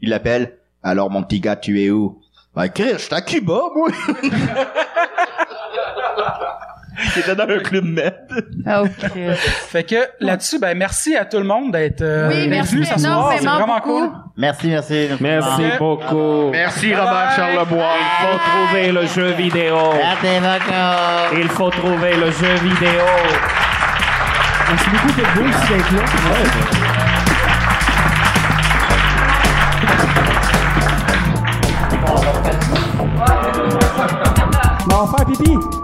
Ils l'appellent. Alors, mon petit gars, tu es où? Ben, Chris, je suis à Cuba, moi! il était dans un club med.
Ah, OK.
Fait que là-dessus, ben merci à tout le monde d'être euh,
Oui,
d'être
merci
venu ce soir. C'est vraiment
énormément beaucoup.
cool.
Merci, merci.
Merci
Ah.
beaucoup.
Merci, Robert Charlebois.
Il faut trouver le jeu vidéo.
Merci beaucoup.
Il faut trouver le jeu vidéo.
Merci beaucoup, Pitbull, si d'être là. Bon, on va faire pipi.